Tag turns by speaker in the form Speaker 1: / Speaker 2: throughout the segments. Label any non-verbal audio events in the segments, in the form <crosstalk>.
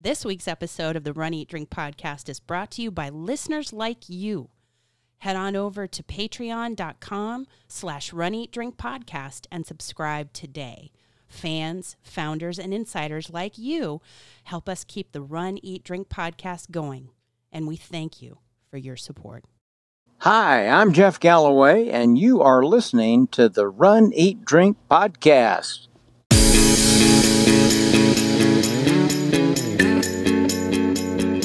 Speaker 1: This week's episode of the Run Eat Drink podcast is brought to you by listeners like you. Head on over to patreon.com slash run eat drink podcast and subscribe today. Fans, founders, and insiders like you help us keep the Run Eat Drink podcast going. And we thank you for your support.
Speaker 2: Hi, I'm Jeff Galloway, and you are listening to the Run, Eat, Drink podcast.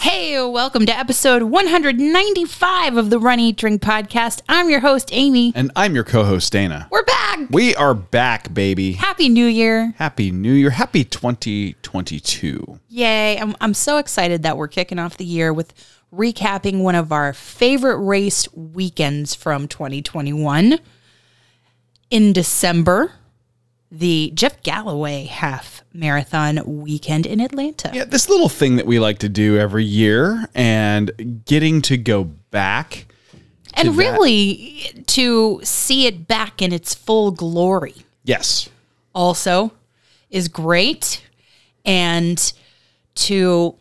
Speaker 1: Hey, welcome to episode 195 of the Run Eat Drink podcast. I'm your host, Amy.
Speaker 3: And I'm your co host, Dana.
Speaker 1: We're back.
Speaker 3: We are back, baby.
Speaker 1: Happy New Year.
Speaker 3: Happy New Year. Happy 2022.
Speaker 1: Yay. I'm, I'm so excited that we're kicking off the year with recapping one of our favorite race weekends from 2021 in December, the Jeff Galloway half marathon weekend in Atlanta.
Speaker 3: Yeah, this little thing that we like to do every year and getting to go back.
Speaker 1: and
Speaker 3: that.
Speaker 1: really to see it back in its full glory.
Speaker 3: Yes.
Speaker 1: also is great. And to,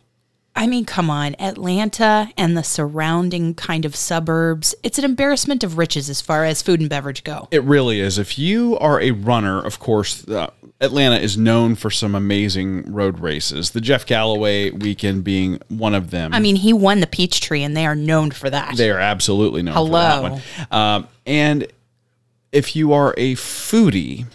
Speaker 1: I mean, come on, Atlanta and the surrounding kind of suburbs, it's an embarrassment of riches as far as food and beverage go.
Speaker 3: It really is. If you are a runner, of course, uh, Atlanta is known for some amazing road races, the Jeff Galloway weekend being one of them.
Speaker 1: I mean, he won the Peachtree, and they are known for that.
Speaker 3: They are absolutely known for that
Speaker 1: Hello.
Speaker 3: one. Um, and if you are a foodie,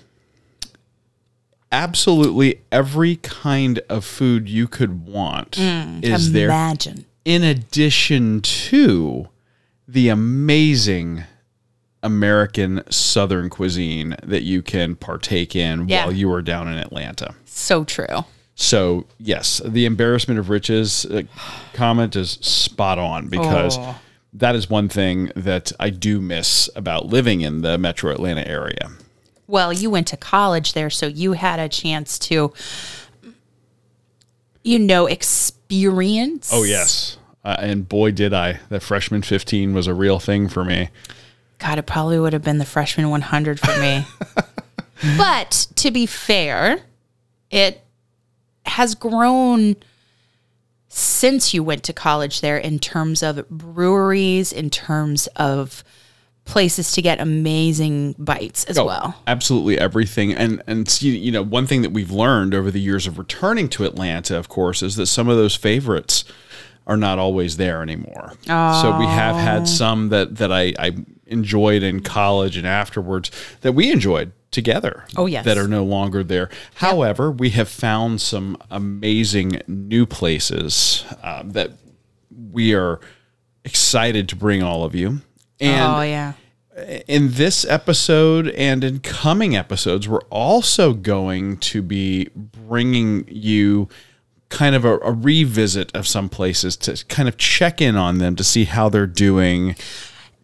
Speaker 3: absolutely every kind of food you could want
Speaker 1: Mm,
Speaker 3: is there.
Speaker 1: Imagine.
Speaker 3: In addition to the amazing American Southern cuisine that you can partake in
Speaker 1: Yeah.
Speaker 3: while you are down in Atlanta.
Speaker 1: So true.
Speaker 3: So yes, the embarrassment of riches uh, comment is spot on because
Speaker 1: Oh.
Speaker 3: that is one thing that I do miss about living in the Metro Atlanta area.
Speaker 1: Well, you went to college there, so you had a chance to, you know, experience.
Speaker 3: Oh yes, uh, and boy did I! That freshman fifteen was a real thing for me.
Speaker 1: God, it probably would have been the freshman 100 for
Speaker 3: <laughs>
Speaker 1: me. but to be fair, it has grown since you went to college there in terms of breweries, in terms of places to get amazing bites as
Speaker 3: Oh,
Speaker 1: well.
Speaker 3: absolutely everything. And and see, you know, one thing that we've learned over the years of returning to Atlanta, of course, is that some of those favorites are not always there anymore. So we have had some that that I, I enjoyed in college and afterwards that we enjoyed together.
Speaker 1: Oh, yes.
Speaker 3: that are no longer there. However, we have found some amazing new places um, that we are excited to bring all of you. And
Speaker 1: oh yeah.
Speaker 3: in this episode and in coming episodes, we're also going to be bringing you kind of a, a revisit of some places to kind of check in on them to see how they're doing.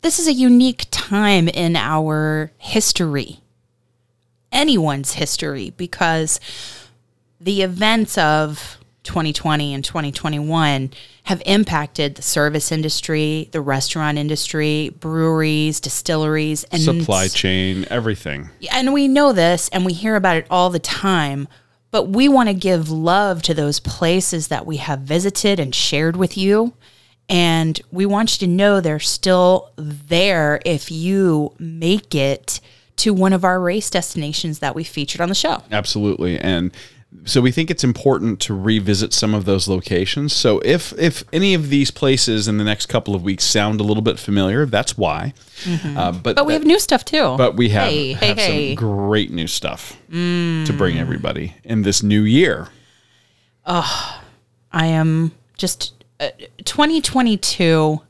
Speaker 1: This is a unique time in our history. Anyone's history because the events of 2020 and 2021 have impacted the service industry, the restaurant industry, breweries, distilleries, and
Speaker 3: Supply chain, everything.
Speaker 1: And we know this, and we hear about it all the time. But we want to give love to those places that we have visited and shared with you. And we want you to know they're still there if you make it to one of our race destinations that we featured on the show.
Speaker 3: Absolutely. And so we think it's important to revisit some of those locations. So if if any of these places in the next couple of weeks sound a little bit familiar, that's why. Uh, but
Speaker 1: Mm-hmm. But we have new stuff too.
Speaker 3: But we have,
Speaker 1: Hey, hey,
Speaker 3: have some
Speaker 1: hey. Mm.
Speaker 3: great new stuff to bring everybody in this new year.
Speaker 1: I am just uh, 2022.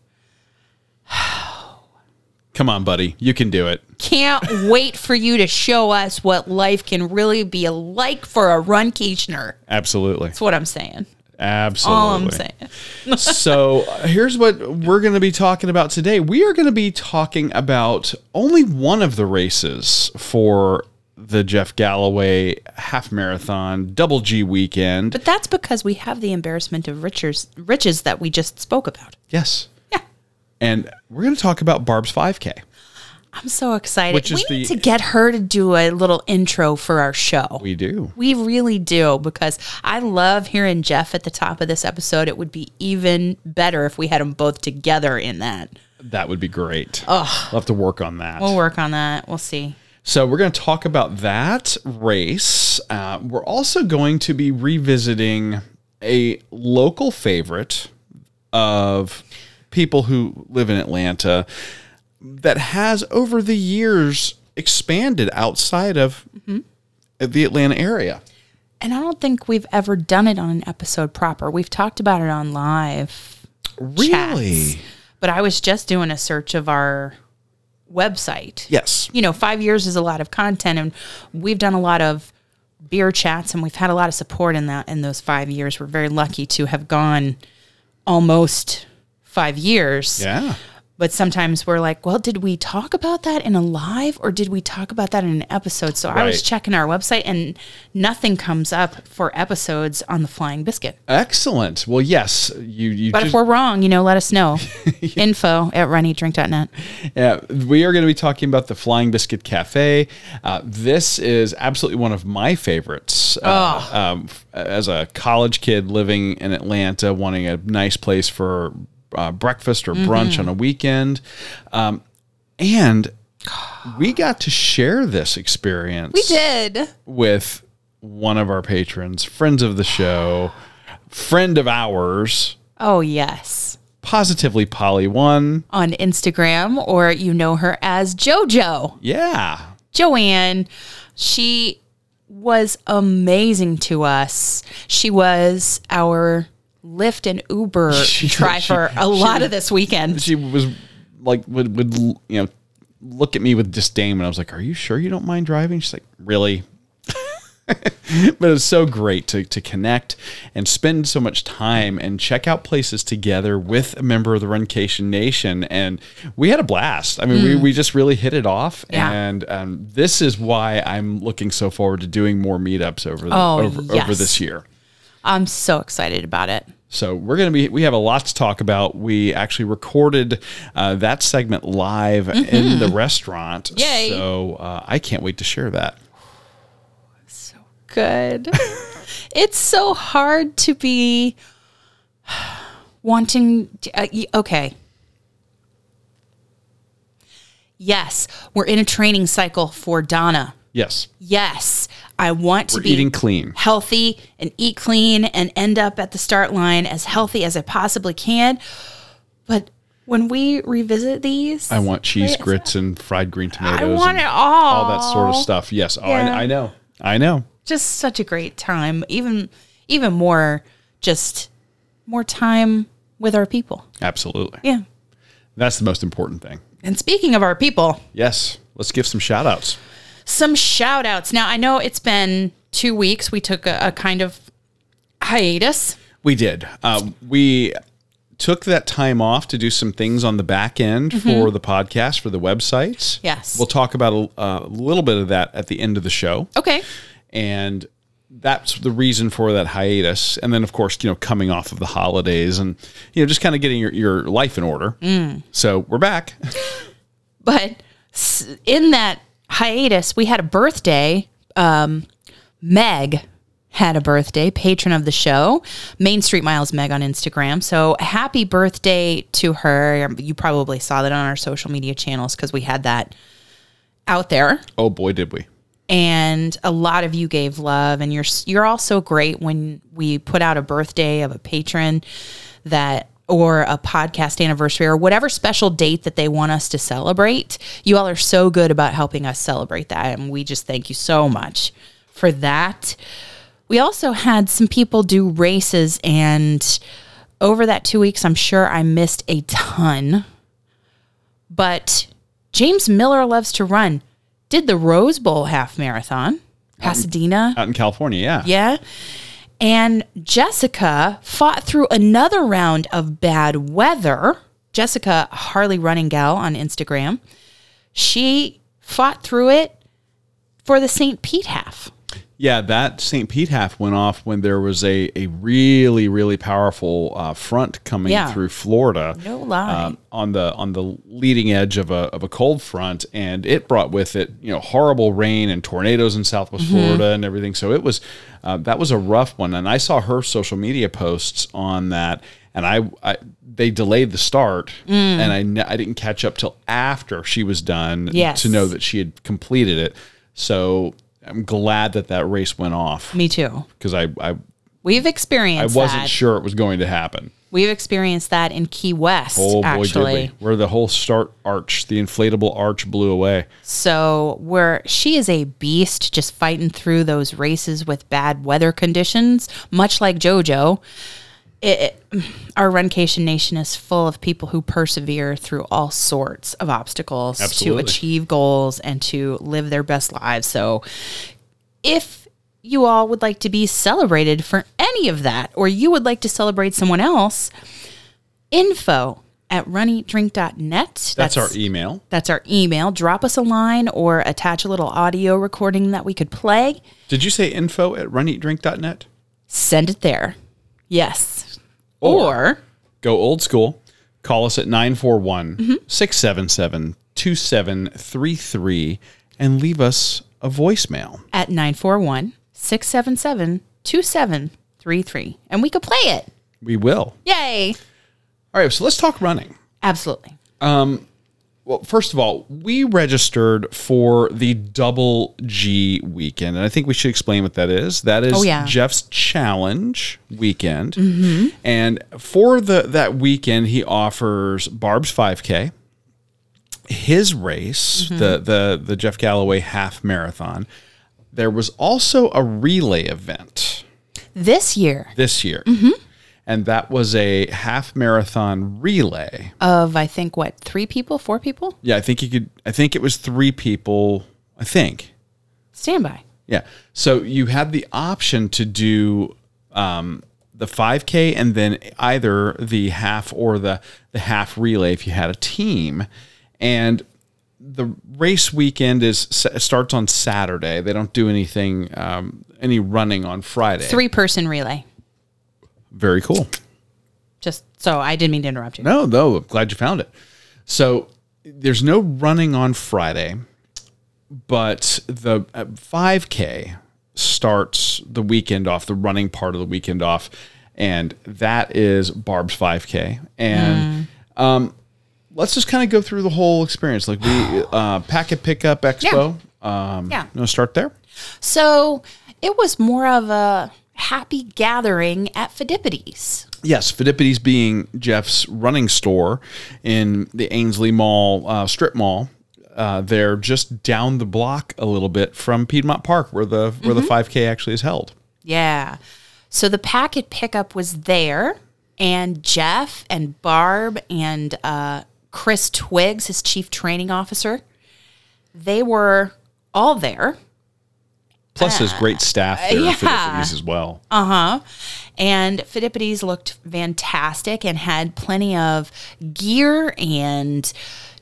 Speaker 3: Come on, buddy. You can do it.
Speaker 1: Can't <laughs> wait for you to show us what life can really be like for a runkeechener.
Speaker 3: Absolutely.
Speaker 1: That's what I'm saying.
Speaker 3: Absolutely.
Speaker 1: All I'm saying. <laughs>
Speaker 3: so uh, here's what we're going to be talking about today. We are going to be talking about only one of the races for the Jeff Galloway half marathon double G weekend.
Speaker 1: But that's because we have the embarrassment of riches, riches that we just spoke about.
Speaker 3: yes.
Speaker 1: Yeah.
Speaker 3: And we're going to talk about Barb's 5K.
Speaker 1: I'm so excited.
Speaker 3: Which is
Speaker 1: we need
Speaker 3: the-
Speaker 1: to get her to do a little intro for our show.
Speaker 3: We do.
Speaker 1: We really do because I love hearing Jeff at the top of this episode. It would be even better if we had them both together in that.
Speaker 3: That would be great. Oh. We'll have to work on that.
Speaker 1: We'll work on that. We'll see.
Speaker 3: So we're going to talk about that race. Uh, we're also going to be revisiting a local favorite of people who live in Atlanta that has over the years expanded outside of the Atlanta area.
Speaker 1: And I don't think we've ever done it on an episode proper. We've talked about it on live chats. But I was just doing a search of our website.
Speaker 3: Yes.
Speaker 1: You know, five years is a lot of content, and we've done a lot of beer chats, and we've had a lot of support in that in those five years. We're very lucky to have gone almost five years.
Speaker 3: Yeah.
Speaker 1: But sometimes we're like, well, did we talk about that in a live or did we talk about that in an episode? So I was
Speaker 3: Right.
Speaker 1: checking our website and nothing comes up for episodes on the Flying Biscuit.
Speaker 3: Excellent. Well, yes, you you
Speaker 1: But if we're wrong, you know, let us
Speaker 3: <laughs>
Speaker 1: know. Info at runneatdrink.net.
Speaker 3: Yeah, we are going to be talking about the Flying Biscuit Cafe. Uh, this is absolutely one of my favorites. Uh, um, f- as a college kid living in Atlanta, wanting a nice place for uh, breakfast or brunch on a weekend, um, and we got to share this experience. We
Speaker 1: Did.
Speaker 3: with one of our patrons, friends of the show, friend of ours,
Speaker 1: Oh, yes.
Speaker 3: positively Polly One.
Speaker 1: On Instagram, or you know her as JoJo.
Speaker 3: Yeah.
Speaker 1: Joanne, she was amazing to us. She was our Lyft and Uber
Speaker 3: <laughs> She-
Speaker 1: driver
Speaker 3: she-
Speaker 1: a lot of this weekend.
Speaker 3: she was like would would you know look at me with disdain and I was like, "Are you sure you don't mind driving?" She's like, "Really." <laughs> but it was so great to, to connect and spend so much time and check out places together with a member of the Runcation Nation. And we had a blast. I mean, we, we just really hit it off.
Speaker 1: Mm. Yeah.
Speaker 3: And um, this is why I'm looking so forward to doing more meetups over, the,
Speaker 1: Oh,
Speaker 3: over, over
Speaker 1: yes.
Speaker 3: this year.
Speaker 1: I'm so excited about it.
Speaker 3: So we're going to be, we have a lot to talk about. We actually recorded uh, that segment live in the restaurant.
Speaker 1: Mm-hmm. Yay.
Speaker 3: So uh, I can't wait to share that.
Speaker 1: Good. <laughs> it's so hard to be <sighs> wanting. To, uh, y- okay. Yes, we're in a training cycle for Donna.
Speaker 3: Yes.
Speaker 1: Yes, I want to
Speaker 3: We're
Speaker 1: be
Speaker 3: eating clean.
Speaker 1: healthy and eat clean and end up at the start line as healthy as I possibly can. But when we revisit these,
Speaker 3: I want cheese grits and fried green tomatoes.
Speaker 1: I want
Speaker 3: and
Speaker 1: it all.
Speaker 3: All that sort of stuff. Yes. Oh,
Speaker 1: Yeah.
Speaker 3: I, I know. I know.
Speaker 1: Just such a great time. Even even more just more time with our people.
Speaker 3: Absolutely.
Speaker 1: Yeah.
Speaker 3: That's the most important thing.
Speaker 1: And speaking of our people,
Speaker 3: Yes. Let's give some shout outs.
Speaker 1: some shout outs. Now I know it's been two weeks. We took a, a kind of hiatus.
Speaker 3: We did. Um, we took that time off to do some things on the back end for the podcast, for the website.
Speaker 1: Mm-hmm. Yes.
Speaker 3: We'll talk about a, a little bit of that at the end of the show.
Speaker 1: Okay.
Speaker 3: And that's the reason for that hiatus. And then, of course, you know, coming off of the holidays and, you know, just kind of getting your, your life in order.
Speaker 1: Mm.
Speaker 3: So we're back.
Speaker 1: but s- in that hiatus, we had a birthday. Um, Meg had a birthday, patron of the show, Main Street Miles Meg on Instagram. So happy birthday to her. You probably saw that on our social media channels because we had that out there
Speaker 3: Oh, boy, did we.
Speaker 1: and a lot of you gave love and you're you're all so great when we put out a birthday of a patron that or a podcast anniversary or whatever special date that they want us to celebrate you all are so good about helping us celebrate that and we just thank you so much for that we also had some people do races and over that 2 weeks I'm sure I missed a ton but James Miller loves to run. Did the Rose Bowl half marathon, Pasadena,
Speaker 3: Out in California. Yeah.
Speaker 1: yeah, And Jessica fought through another round of bad weather. Jessica Harley Running Gal on Instagram. She fought through it for the St. Pete half.
Speaker 3: Yeah, that St. Pete half went off when there was a, a really really powerful uh, front coming
Speaker 1: Yeah.
Speaker 3: through Florida.
Speaker 1: No lie.
Speaker 3: um, on the on the leading edge of a of a cold front, and it brought with it you know horrible rain and tornadoes in Southwest Florida and everything. So it was uh, that was a rough one, and I saw her social media posts on that, and I, I they delayed the start, and I ne- I didn't catch up till after she was done
Speaker 1: Yes.
Speaker 3: to know that she had completed it. So I'm glad that that race went off
Speaker 1: Me too.
Speaker 3: because I I,
Speaker 1: We've
Speaker 3: I
Speaker 1: experienced
Speaker 3: wasn't
Speaker 1: that.
Speaker 3: sure it was going to happen.
Speaker 1: We've experienced that in Key West,
Speaker 3: Oh boy,
Speaker 1: actually.
Speaker 3: did we! Where the whole start arch, the inflatable arch, blew away.
Speaker 1: So where she is a beast, just fighting through those races with bad weather conditions, much like JoJo. It, it- our Runcation Nation is full of people who persevere through all sorts of obstacles
Speaker 3: Absolutely.
Speaker 1: to achieve goals and to live their best lives. So if you all would like to be celebrated for any of that, or you would like to celebrate someone else, info at runeatdrink.net. That's,
Speaker 3: That's, our email.
Speaker 1: that's our email. Drop us a line or attach a little audio recording that we could play.
Speaker 3: Did you say info at runeatdrink.net?
Speaker 1: Send it there. Yes.
Speaker 3: Or-
Speaker 1: Or,
Speaker 3: Go old school. Call us at 941 677 2733 and leave us a voicemail.
Speaker 1: at 941 677 2733. And we could play it.
Speaker 3: We will.
Speaker 1: Yay.
Speaker 3: All right, so let's talk running.
Speaker 1: Absolutely.
Speaker 3: Well, first of all, we registered for the Double G weekend, and I think we should explain what that is. That is
Speaker 1: Oh, yeah. Mm-hmm.
Speaker 3: Jeff's challenge weekend, and for the that weekend, he offers Barb's 5K, his race,
Speaker 1: Mm-hmm.
Speaker 3: the the the Jeff Galloway half marathon. There was also a relay event
Speaker 1: This year
Speaker 3: this year,
Speaker 1: Mm-hmm.
Speaker 3: and that was a half marathon relay.
Speaker 1: of, I think, what, three people, four people?
Speaker 3: Yeah, I think you could. I think it was three people. I think.
Speaker 1: Standby.
Speaker 3: Yeah. So you had the option to do um, the 5K and then either the half or the the half relay if you had a team. And the race weekend is s- starts on Saturday. They don't do anything um, any running on Friday.
Speaker 1: Three person relay.
Speaker 3: Very cool.
Speaker 1: Just so I didn't mean to interrupt you.
Speaker 3: No, no, I'm glad you found it. So there's no running on Friday, but the uh, 5K starts the weekend off, the running part of the weekend off, and that is Barb's 5K. And
Speaker 1: Hmm.
Speaker 3: um, let's just kind of go through the whole experience. Like we
Speaker 1: <sighs>
Speaker 3: uh, packet pickup expo. Um,
Speaker 1: Yeah.
Speaker 3: You want to start there?
Speaker 1: So it was more of a happy gathering at Fidipides.
Speaker 3: Yes, Fidipides being Jeff's running store in the Ainsley Mall uh, strip mall. Uh, they're just down the block a little bit from Piedmont Park, where the where
Speaker 1: Mm-hmm.
Speaker 3: the 5K actually is held.
Speaker 1: Yeah. So the packet pickup was there, and Jeff and Barb and uh, Chris Twiggs, his chief training officer, they were all there.
Speaker 3: Plus, there's great staff there
Speaker 1: Ah, yeah.
Speaker 3: at Fidipides as well.
Speaker 1: Uh-huh. And Fidipides looked fantastic and had plenty of gear. And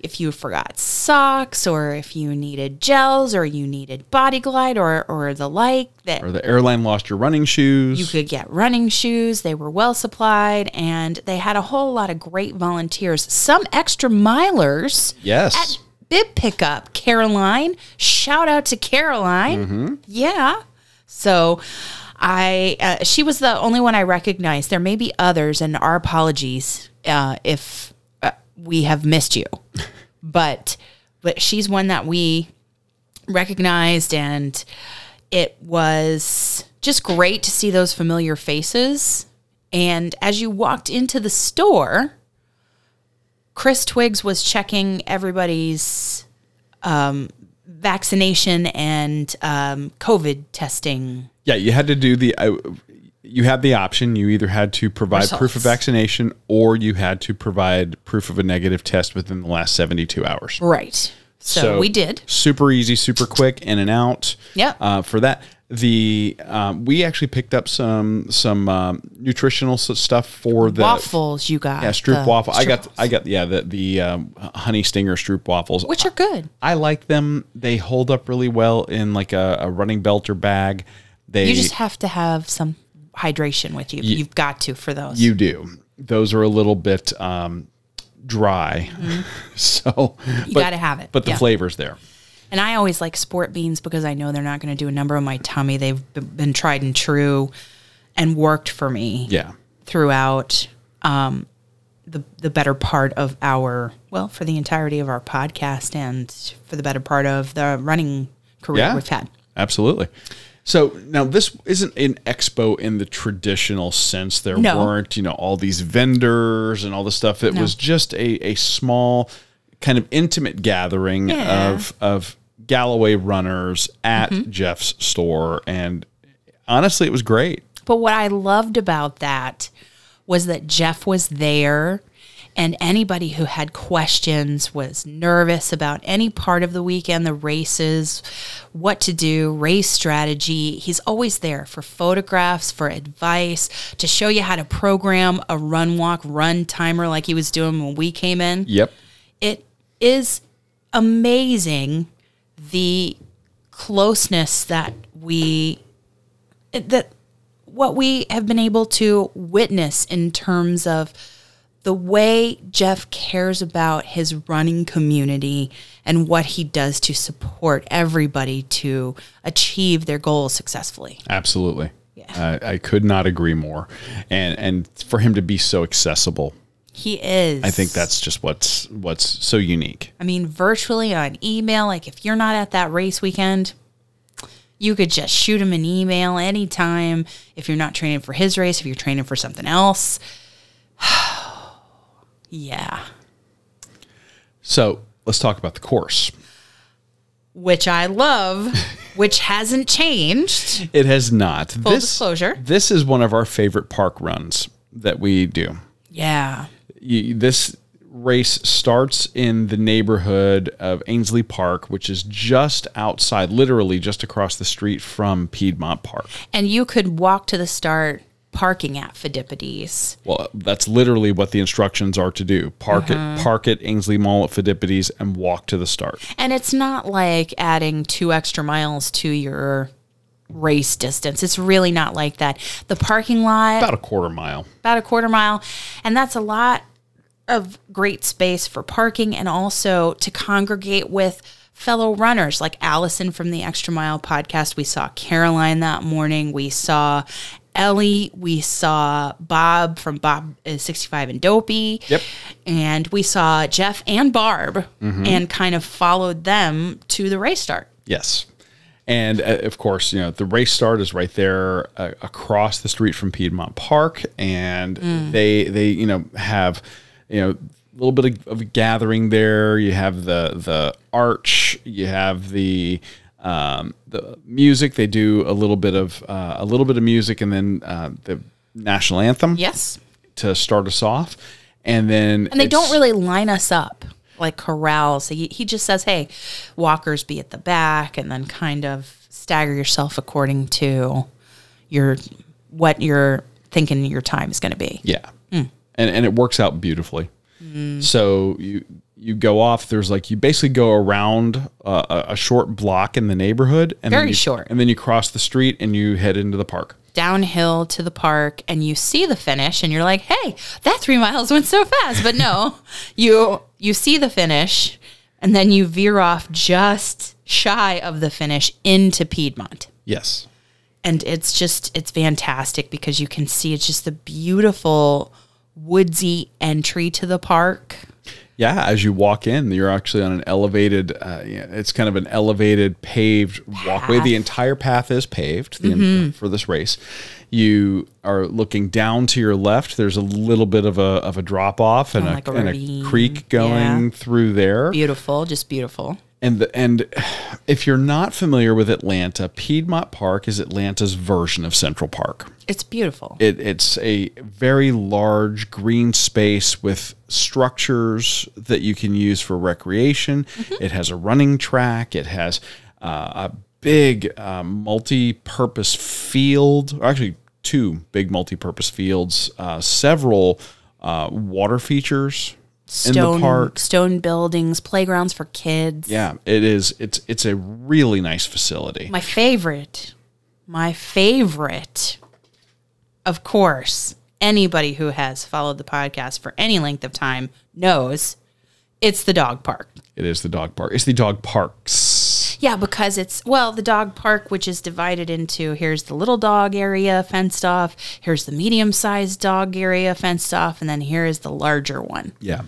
Speaker 1: if you forgot socks, or if you needed gels, or you needed Body Glide, or or the like, that
Speaker 3: or the airline lost your running shoes.
Speaker 1: You could get running shoes. They were well supplied and they had a whole lot of great volunteers. Some extra milers
Speaker 3: yes,
Speaker 1: at Bib Pickup, Caroline. Shout out to Caroline. Yeah. So I, uh, she was the only one I recognized. There may be others, and our apologies uh, if uh, we have missed you. But, but she's one that we recognized and it was just great to see those familiar faces and as you walked into the store chris twiggs was checking everybody's um, vaccination and um, covid testing
Speaker 3: yeah, you had to do the. I you had the option. You either had to provide proof of
Speaker 1: Results.
Speaker 3: vaccination, or you had to provide proof of a negative test within the last 72 hours.
Speaker 1: right so, we did
Speaker 3: Super easy, super quick, in and out.
Speaker 1: Yep.
Speaker 3: Uh, for that, the um, we actually picked up some some um, nutritional s- stuff for the
Speaker 1: waffles you got.
Speaker 3: Yeah,
Speaker 1: the
Speaker 3: stroop waffle. I got
Speaker 1: stroopwafels,
Speaker 3: I got yeah the the um, honey stinger stroop waffles,
Speaker 1: which are good.
Speaker 3: I like them. They hold up really well in like a, a running belt or bag. They
Speaker 1: You just have to have some hydration with you. you have got to for those.
Speaker 3: You do. Those are a little bit um, dry, <laughs> so
Speaker 1: Mm-hmm. You gotta have it.
Speaker 3: But the
Speaker 1: Yeah.
Speaker 3: flavor's there.
Speaker 1: And I always like sport beans because I know they're not going to do a number on my tummy. They've b- been tried and true and worked for me
Speaker 3: Yeah,
Speaker 1: throughout um, the, the better part of our, well, for the entirety of our podcast and for the better part of the running career
Speaker 3: yeah,
Speaker 1: we've had.
Speaker 3: absolutely. So now this isn't an expo in the traditional sense. There
Speaker 1: No.
Speaker 3: weren't you know all these vendors and all this stuff. It was just a a small kind of intimate gathering
Speaker 1: Yeah. Mm-hmm.
Speaker 3: of of Galloway runners at Jeff's store, and honestly, it was great.
Speaker 1: But what I loved about that was that Jeff was there and anybody who had questions was nervous about any part of the weekend, the races, what to do, race strategy. He's always there for photographs, for advice, to show you how to program a run walk, run timer like he was doing when we came in
Speaker 3: Yep.
Speaker 1: it is amazing the closeness that we that what we have been able to witness in terms of the way Jeff cares about his running community and what he does to support everybody to achieve their goals successfully.
Speaker 3: Absolutely. I, I could not agree more. And and for him to be so accessible,
Speaker 1: He is.
Speaker 3: I think that's just what's what's so unique.
Speaker 1: I mean, virtually on email. Like, if you're not at that race weekend, you could just shoot him an email anytime. If you're not training for his race, if you're training for something else. <sighs> yeah.
Speaker 3: So let's talk about the course.
Speaker 1: Which I love, which hasn't changed.
Speaker 3: It has not. Full
Speaker 1: disclosure.
Speaker 3: This is one of our favorite park runs that we do.
Speaker 1: Yeah.
Speaker 3: you, this race starts in the neighborhood of Ainsley Park, which is just outside, literally just across the street from Piedmont Park.
Speaker 1: And you could walk to the start parking at Pheidippides.
Speaker 3: Well, that's literally what the instructions are to do: park it, park at Ainsley Mall at Pheidippides, and walk to the start.
Speaker 1: And it's not like adding two extra miles to your race distance. It's really not like that. The parking lot
Speaker 3: About a quarter mile.
Speaker 1: about a quarter mile. And that's a lot of great space for parking and also to congregate with fellow runners like Allison from the Extra Mile podcast. We saw Caroline that morning. We saw Ellie. We saw Bob from Bob is 65 and Dopey.
Speaker 3: Yep.
Speaker 1: And we saw Jeff and Barb and kind of followed them to the race start.
Speaker 3: Yes. And uh, of course, you know, the race start is right there uh, across the street from Piedmont Park. And
Speaker 1: Mm.
Speaker 3: they, they, you know, have, you know, a little bit of, of a gathering there. You have the, the arch, you have the, um, the music. They do a little bit of, uh, a little bit of music and then uh, the national anthem
Speaker 1: Yes.
Speaker 3: to start us off. And then,
Speaker 1: And they don't
Speaker 3: it's-
Speaker 1: really line us up like corrals. He, he just says, hey, walkers be at the back and then kind of stagger yourself according to your what you're thinking your time is going to be.
Speaker 3: Yeah. And and it works out beautifully. So you you go off. There's like you basically go around uh, a, a short block in the neighborhood, and
Speaker 1: Very
Speaker 3: then you,
Speaker 1: short.
Speaker 3: and then you cross the street and you head into the park.
Speaker 1: Downhill to the park and you see the finish and you're like, hey, that three miles went so fast. But no, <laughs> you you see the finish and then you veer off just shy of the finish into Piedmont.
Speaker 3: Yes.
Speaker 1: and it's just it's fantastic because you can see it's just the beautiful woodsy entry to the park
Speaker 3: Yeah. As you walk in, you're actually on an elevated. Uh, yeah, it's kind of an elevated paved walkway. The entire path is paved the,
Speaker 1: Mm-hmm.
Speaker 3: for this race. You are looking down to your left. There's a little bit of a of a drop off and, a,
Speaker 1: like a
Speaker 3: and
Speaker 1: ravine.
Speaker 3: a creek going
Speaker 1: Yeah.
Speaker 3: through there.
Speaker 1: beautiful just beautiful
Speaker 3: and the, and if you're not familiar with Atlanta, Piedmont Park is Atlanta's version of Central Park.
Speaker 1: it's beautiful
Speaker 3: It, it's a very large green space with structures that you can use for recreation. It has a running track. It has uh, a big um, multi-purpose field, or actually two big multi-purpose fields, uh, several uh, water features
Speaker 1: Stone,
Speaker 3: in the park.
Speaker 1: stone buildings, playgrounds for kids.
Speaker 3: Yeah, it is. It's it's a really nice facility.
Speaker 1: My favorite, my favorite, of course, anybody who has followed the podcast for any length of time knows it's the dog park.
Speaker 3: It is the dog park. It's the dog parks.
Speaker 1: Yeah, because it's, well, the dog park, which is divided into here's the little dog area fenced off, here's the medium sized dog area fenced off, and then here is the larger one.
Speaker 3: Yeah.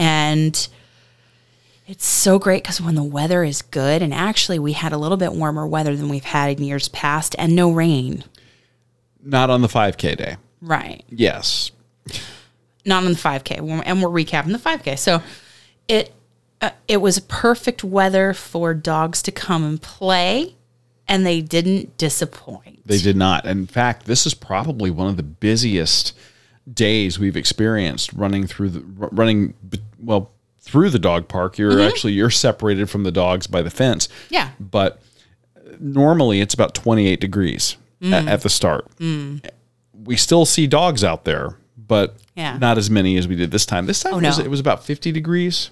Speaker 1: and it's so great because when the weather is good, and actually we had a little bit warmer weather than we've had in years past, and no rain.
Speaker 3: Not on the 5K day.
Speaker 1: Right.
Speaker 3: Yes.
Speaker 1: Not on the 5K, We're- and we're recapping the 5K. So it uh, it was perfect weather for dogs to come and play, and they didn't disappoint.
Speaker 3: They did not. In fact, this is probably one of the busiest days we've experienced running through the r- running b- well through the dog park. You're actually you're separated from the dogs by the fence.
Speaker 1: Mm-hmm. Yeah.
Speaker 3: But normally it's about 28 degrees a-
Speaker 1: Mm.
Speaker 3: at, the start. We still see dogs out there, but
Speaker 1: Yeah. Oh,
Speaker 3: not as many as we did this time. This time it, was,
Speaker 1: no.
Speaker 3: it was about 50 degrees.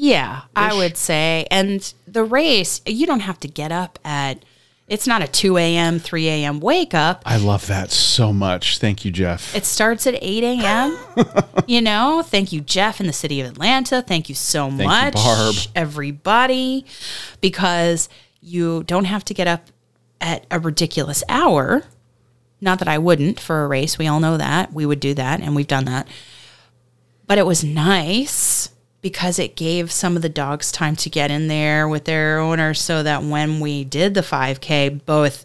Speaker 1: Yeah, I would say. And the race, you don't have to get up at. It's not a 2 a.m., 3 a.m. wake up.
Speaker 3: I love that so much. Thank you, Jeff.
Speaker 1: It starts at 8
Speaker 3: <laughs>
Speaker 1: a.m. you know, thank you, Jeff, in the city of Atlanta. Thank you so
Speaker 3: you,
Speaker 1: much,
Speaker 3: Barb.
Speaker 1: everybody, because you don't have to get up at a ridiculous hour. Not that I wouldn't for a race. We all know that. We would do that, and we've done that. But it was nice because it gave some of the dogs time to get in there with their owner so that when we did the 5K, both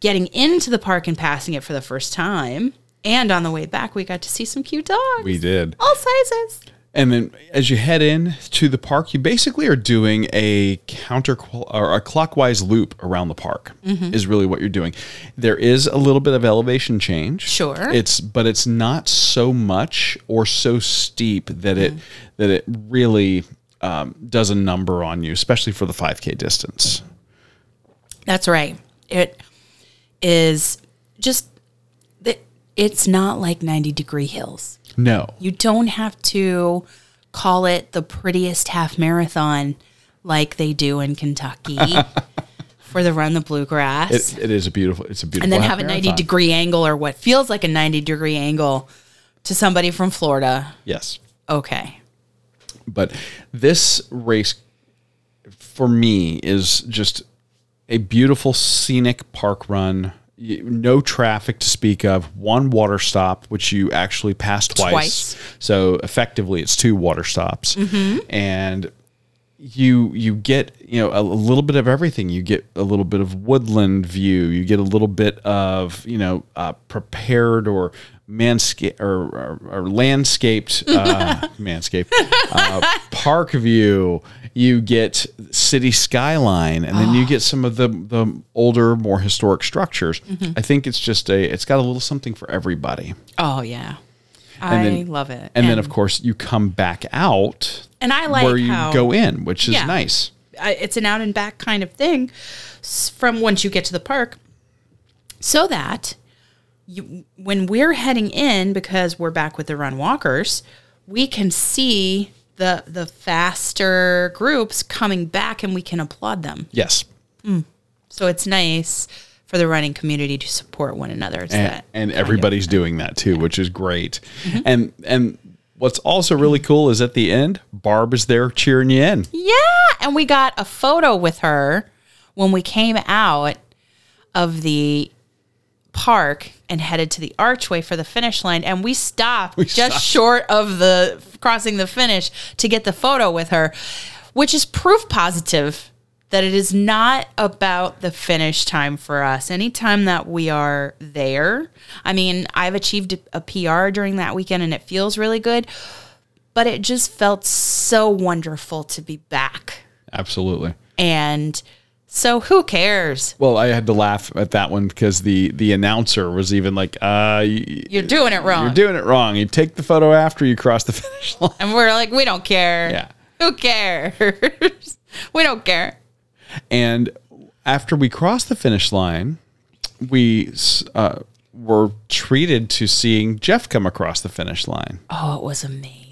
Speaker 1: getting into the park and passing it for the first time. And on the way back, we got to see some cute dogs.
Speaker 3: we did.
Speaker 1: All sizes.
Speaker 3: And then as you head in to the park, you basically are doing a counter or a clockwise loop around the park
Speaker 1: Mm-hmm.
Speaker 3: is really what you're doing. There is a little bit of elevation change.
Speaker 1: Sure.
Speaker 3: It's but it's not so much or so steep that
Speaker 1: Mm-hmm.
Speaker 3: it that it really um, does a number on you, especially for the 5k distance.
Speaker 1: That's right. It is just that it's not like 90 degree hills.
Speaker 3: No.
Speaker 1: You don't have to call it the prettiest half marathon like they do in
Speaker 3: <laughs>
Speaker 1: Kentucky for the run the bluegrass.
Speaker 3: It, it is a beautiful it's a beautiful
Speaker 1: and then have
Speaker 3: half
Speaker 1: a 90
Speaker 3: marathon.
Speaker 1: degree angle or what feels like a 90 degree angle to somebody from Florida.
Speaker 3: Yes.
Speaker 1: Okay.
Speaker 3: but this race for me is just a beautiful scenic park run Y- no traffic to speak of one water stop which you actually pass twice,
Speaker 1: Twice.
Speaker 3: so effectively it's two water stops and you you get you know a, little bit of everything you get a little bit of woodland view you get a little bit of you know uh, prepared or manscaped or, or, or landscaped
Speaker 1: <laughs>
Speaker 3: uh, manscaped uh, park view you get city skyline and then you get some of the the older more historic structures
Speaker 1: Mm-hmm.
Speaker 3: i think it's just a it's got a little something for everybody
Speaker 1: Oh yeah, I
Speaker 3: And then-
Speaker 1: love it.
Speaker 3: and, then of course you come back out
Speaker 1: and I like
Speaker 3: where you
Speaker 1: how
Speaker 3: go in which is
Speaker 1: Yeah.
Speaker 3: nice
Speaker 1: I, it's an out and back kind of thing s- from once you get to the park, so that you, when we're heading in because we're back with the run walkers, we can see the the faster groups coming back and we can applaud them.
Speaker 3: yes
Speaker 1: So it's nice for the running community to support one another. It's
Speaker 3: and,
Speaker 1: that kind
Speaker 3: and
Speaker 1: of-
Speaker 3: everybody's doing that too, which is great.
Speaker 1: Mm-hmm.
Speaker 3: And and what's also really cool is at the end, Barb is there cheering you in.
Speaker 1: Yeah, and we got a photo with her when we came out of the park and headed to the archway for the finish line and we stopped just
Speaker 3: stopped.
Speaker 1: short of the crossing the finish to get the photo with her, which is proof positive that it is not about the finish time for us. Anytime that we are there, I mean, I've achieved a PR during that weekend and it feels really good, but it just felt so wonderful to be back.
Speaker 3: Absolutely.
Speaker 1: And so who cares?
Speaker 3: Well, I had to laugh at that one because the the announcer was even like, uh, you,
Speaker 1: You're doing it wrong.
Speaker 3: "You're doing it wrong. You take the photo after you cross the <laughs> finish line."
Speaker 1: and we're like, we don't care.
Speaker 3: Yeah.
Speaker 1: <laughs> Who cares? we don't care.
Speaker 3: And After we crossed the finish line, we uh, were treated to seeing Jeff come across the finish line.
Speaker 1: Oh, it was amazing.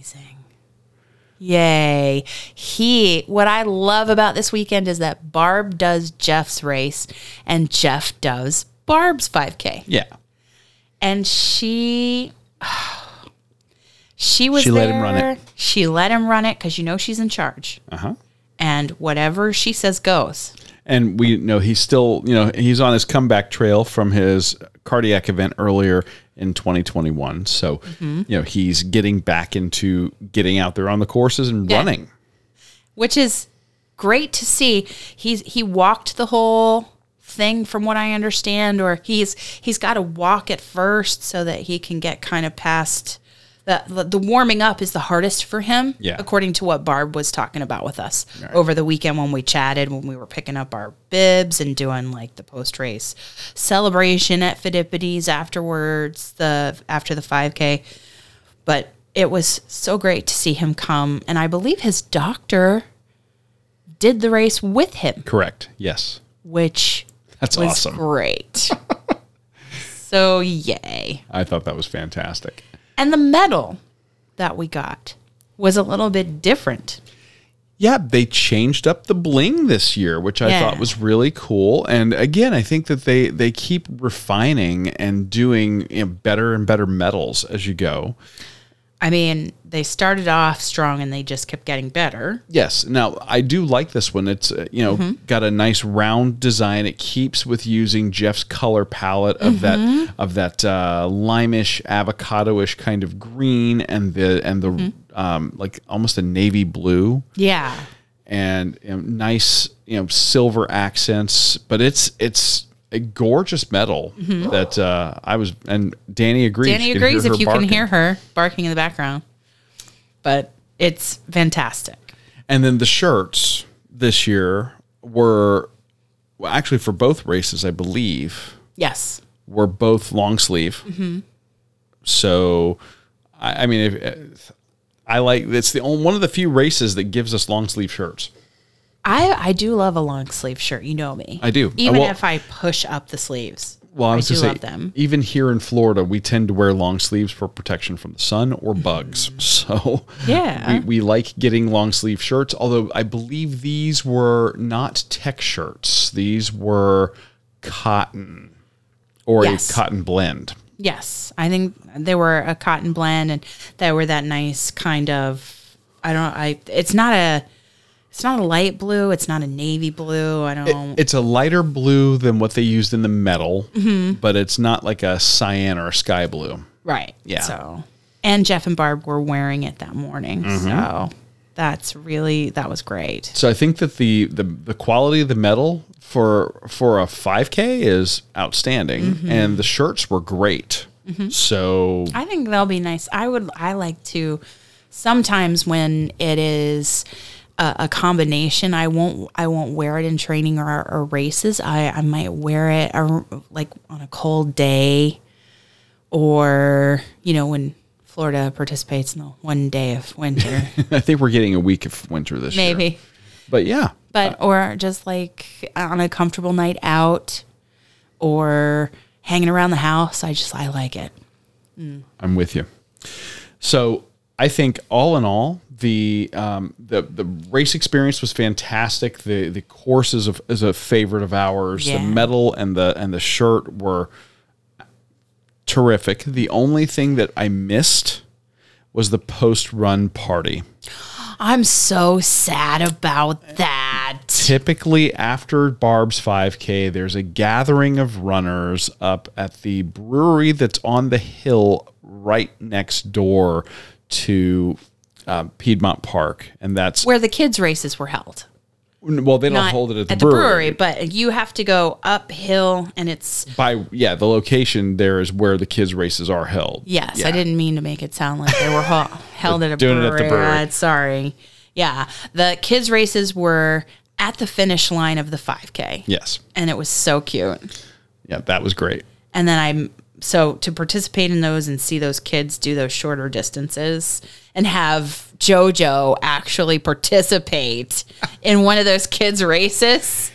Speaker 1: Yay. He, what I love about this weekend is that Barb does Jeff's race and Jeff does Barb's 5K.
Speaker 3: Yeah.
Speaker 1: And she, <sighs> she was
Speaker 3: She let him
Speaker 1: there.
Speaker 3: run it.
Speaker 1: She let him run it because you know she's in charge.
Speaker 3: Uh huh.
Speaker 1: And whatever she says goes.
Speaker 3: and we know he's still you know he's on his comeback trail from his cardiac event earlier in 2021 so
Speaker 1: Mm-hmm.
Speaker 3: you know he's getting back into getting out there on the courses and
Speaker 1: Yeah.
Speaker 3: running
Speaker 1: which is great to see. He's he walked the whole thing from what I understand, or he's he's got to walk at first so that he can get kind of past the the, the warming up is the hardest for him,
Speaker 3: Yeah.
Speaker 1: according to what Barb was talking about with us over the weekend when we chatted when we were picking up our bibs and doing like the post race celebration at Fidipides afterwards the after the five k but it was so great to see him come. And I believe his doctor did the race with him,
Speaker 3: correct yes
Speaker 1: which
Speaker 3: That's
Speaker 1: was
Speaker 3: awesome.
Speaker 1: Great. <laughs> so yay.
Speaker 3: i thought that was fantastic
Speaker 1: And the medal that we got was a little bit different.
Speaker 3: yeah they changed up the bling this year which i
Speaker 1: Yeah.
Speaker 3: thought was really cool and again i think that they they keep refining and doing you know, better and better medals as you go
Speaker 1: I mean, they started off strong and they just kept getting better.
Speaker 3: Yes. Now I do like this one. It's uh, you know
Speaker 1: Mm-hmm.
Speaker 3: got a nice round design. It keeps with using Jeff's color palette of that
Speaker 1: Mm-hmm.
Speaker 3: of that uh, limeish avocado-ish kind of green and the and the
Speaker 1: Mm-hmm.
Speaker 3: um, like almost a navy blue
Speaker 1: Yeah.
Speaker 3: and you know, nice you know silver accents. But it's it's a gorgeous metal that uh, I was and Danny agrees.
Speaker 1: Mm-hmm. Danny
Speaker 3: You can hear
Speaker 1: agrees
Speaker 3: her
Speaker 1: if you
Speaker 3: barking.
Speaker 1: can hear her barking in the background. But it's fantastic.
Speaker 3: And then the shirts this year were well, actually for both races, I believe,
Speaker 1: Yes.
Speaker 3: were both long sleeve. So, I, I mean, if, I like it's the only, one of the few races that gives us long sleeve shirts.
Speaker 1: I I do love a long sleeve shirt. You know me.
Speaker 3: I do.
Speaker 1: Even
Speaker 3: Uh, well-
Speaker 1: if I push up the sleeves.
Speaker 3: Well, I was
Speaker 1: do
Speaker 3: going to say,
Speaker 1: love them.
Speaker 3: even here in Florida, we tend to wear long sleeves for protection from the sun or bugs. <laughs> So,
Speaker 1: Mm-hmm. Yeah.
Speaker 3: we, we like getting long sleeve shirts. Although I believe these were not tech shirts; these were cotton or
Speaker 1: Yes.
Speaker 3: a cotton blend.
Speaker 1: Yes, I think they were a cotton blend, and they were that nice kind of. I don't. I. It's not a. It's not a light blue. It's not a navy blue. I don't.
Speaker 3: It's a lighter blue than what they used in the metal,
Speaker 1: Mm-hmm.
Speaker 3: but it's not like a cyan or a sky blue.
Speaker 1: right.
Speaker 3: yeah.
Speaker 1: So, and Jeff and Barb were wearing it that morning.
Speaker 3: Mm-hmm.
Speaker 1: So that's really that was great.
Speaker 3: So I think that the the, the quality of the metal for for a 5K is outstanding, and the shirts were great. So
Speaker 1: Mm-hmm. I think they'll be nice. I would. I like to. Sometimes when it is a, a combination, I won't. I won't wear it in training or, or races. I I might wear it ar- like on a cold day, or you know when Florida participates in the one day of winter,
Speaker 3: <laughs> I think we're getting a week of winter this year.
Speaker 1: maybe.
Speaker 3: but yeah,
Speaker 1: But or just like on a comfortable night out, or hanging around the house. I just I like it.
Speaker 3: I'm with you. So I think all in all, the um, the the race experience was fantastic. The the course is a, is a favorite of ours.
Speaker 1: Yeah.
Speaker 3: The medal and the and the shirt were terrific. The only thing that I missed was the post run party.
Speaker 1: I'm so sad about that.
Speaker 3: Typically, after Barb's 5K, there's a gathering of runners up at the brewery that's on the hill right next door to um, Piedmont Park, and that's
Speaker 1: where the kids' races were held.
Speaker 3: well, they don't
Speaker 1: Not
Speaker 3: hold it at the, brewery,
Speaker 1: but you have to go uphill, and it's
Speaker 3: By yeah, the location there is where the kids' races are held.
Speaker 1: yes.
Speaker 3: Yeah.
Speaker 1: I didn't mean to make it sound like they were ho-
Speaker 3: <laughs>
Speaker 1: held at a
Speaker 3: Doing it at the
Speaker 1: brewery.
Speaker 3: brewery.
Speaker 1: Uh, sorry, yeah. The kids' races were at the finish line of the 5K,
Speaker 3: Yes,
Speaker 1: and it was so cute.
Speaker 3: yeah, that was great.
Speaker 1: And then I so to participate in those and see those kids do those shorter distances and have
Speaker 3: <laughs>
Speaker 1: JoJo actually participate in one of those kids' races.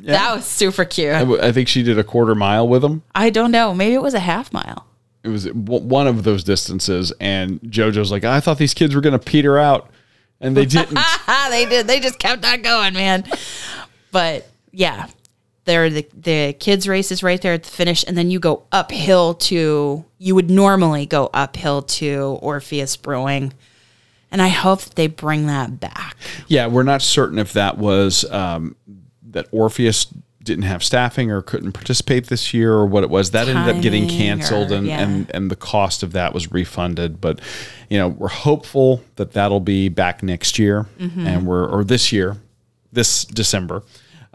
Speaker 1: That was super cute.
Speaker 3: I, w- I think she did a quarter mile with him.
Speaker 1: I don't know. Maybe it was a half mile.
Speaker 3: It was w- one of those distances, and JoJo's like, I thought these kids were going to peter out, and they didn't.
Speaker 1: Ah, they did. They just kept on going, man. But yeah, there the the kids races right there at the finish, and then you go uphill to you would normally go uphill to Orpheus Brewing, and I hope that they bring that back.
Speaker 3: yeah, we're not certain if that was um, that Orpheus didn't have staffing or couldn't participate this year or what it was. That ended up getting
Speaker 1: Timing or-
Speaker 3: canceled, and,
Speaker 1: yeah.
Speaker 3: and and the cost of that was refunded. But you know, we're hopeful that that'll be back next year,
Speaker 1: Mm-hmm.
Speaker 3: and we're or this year, this December.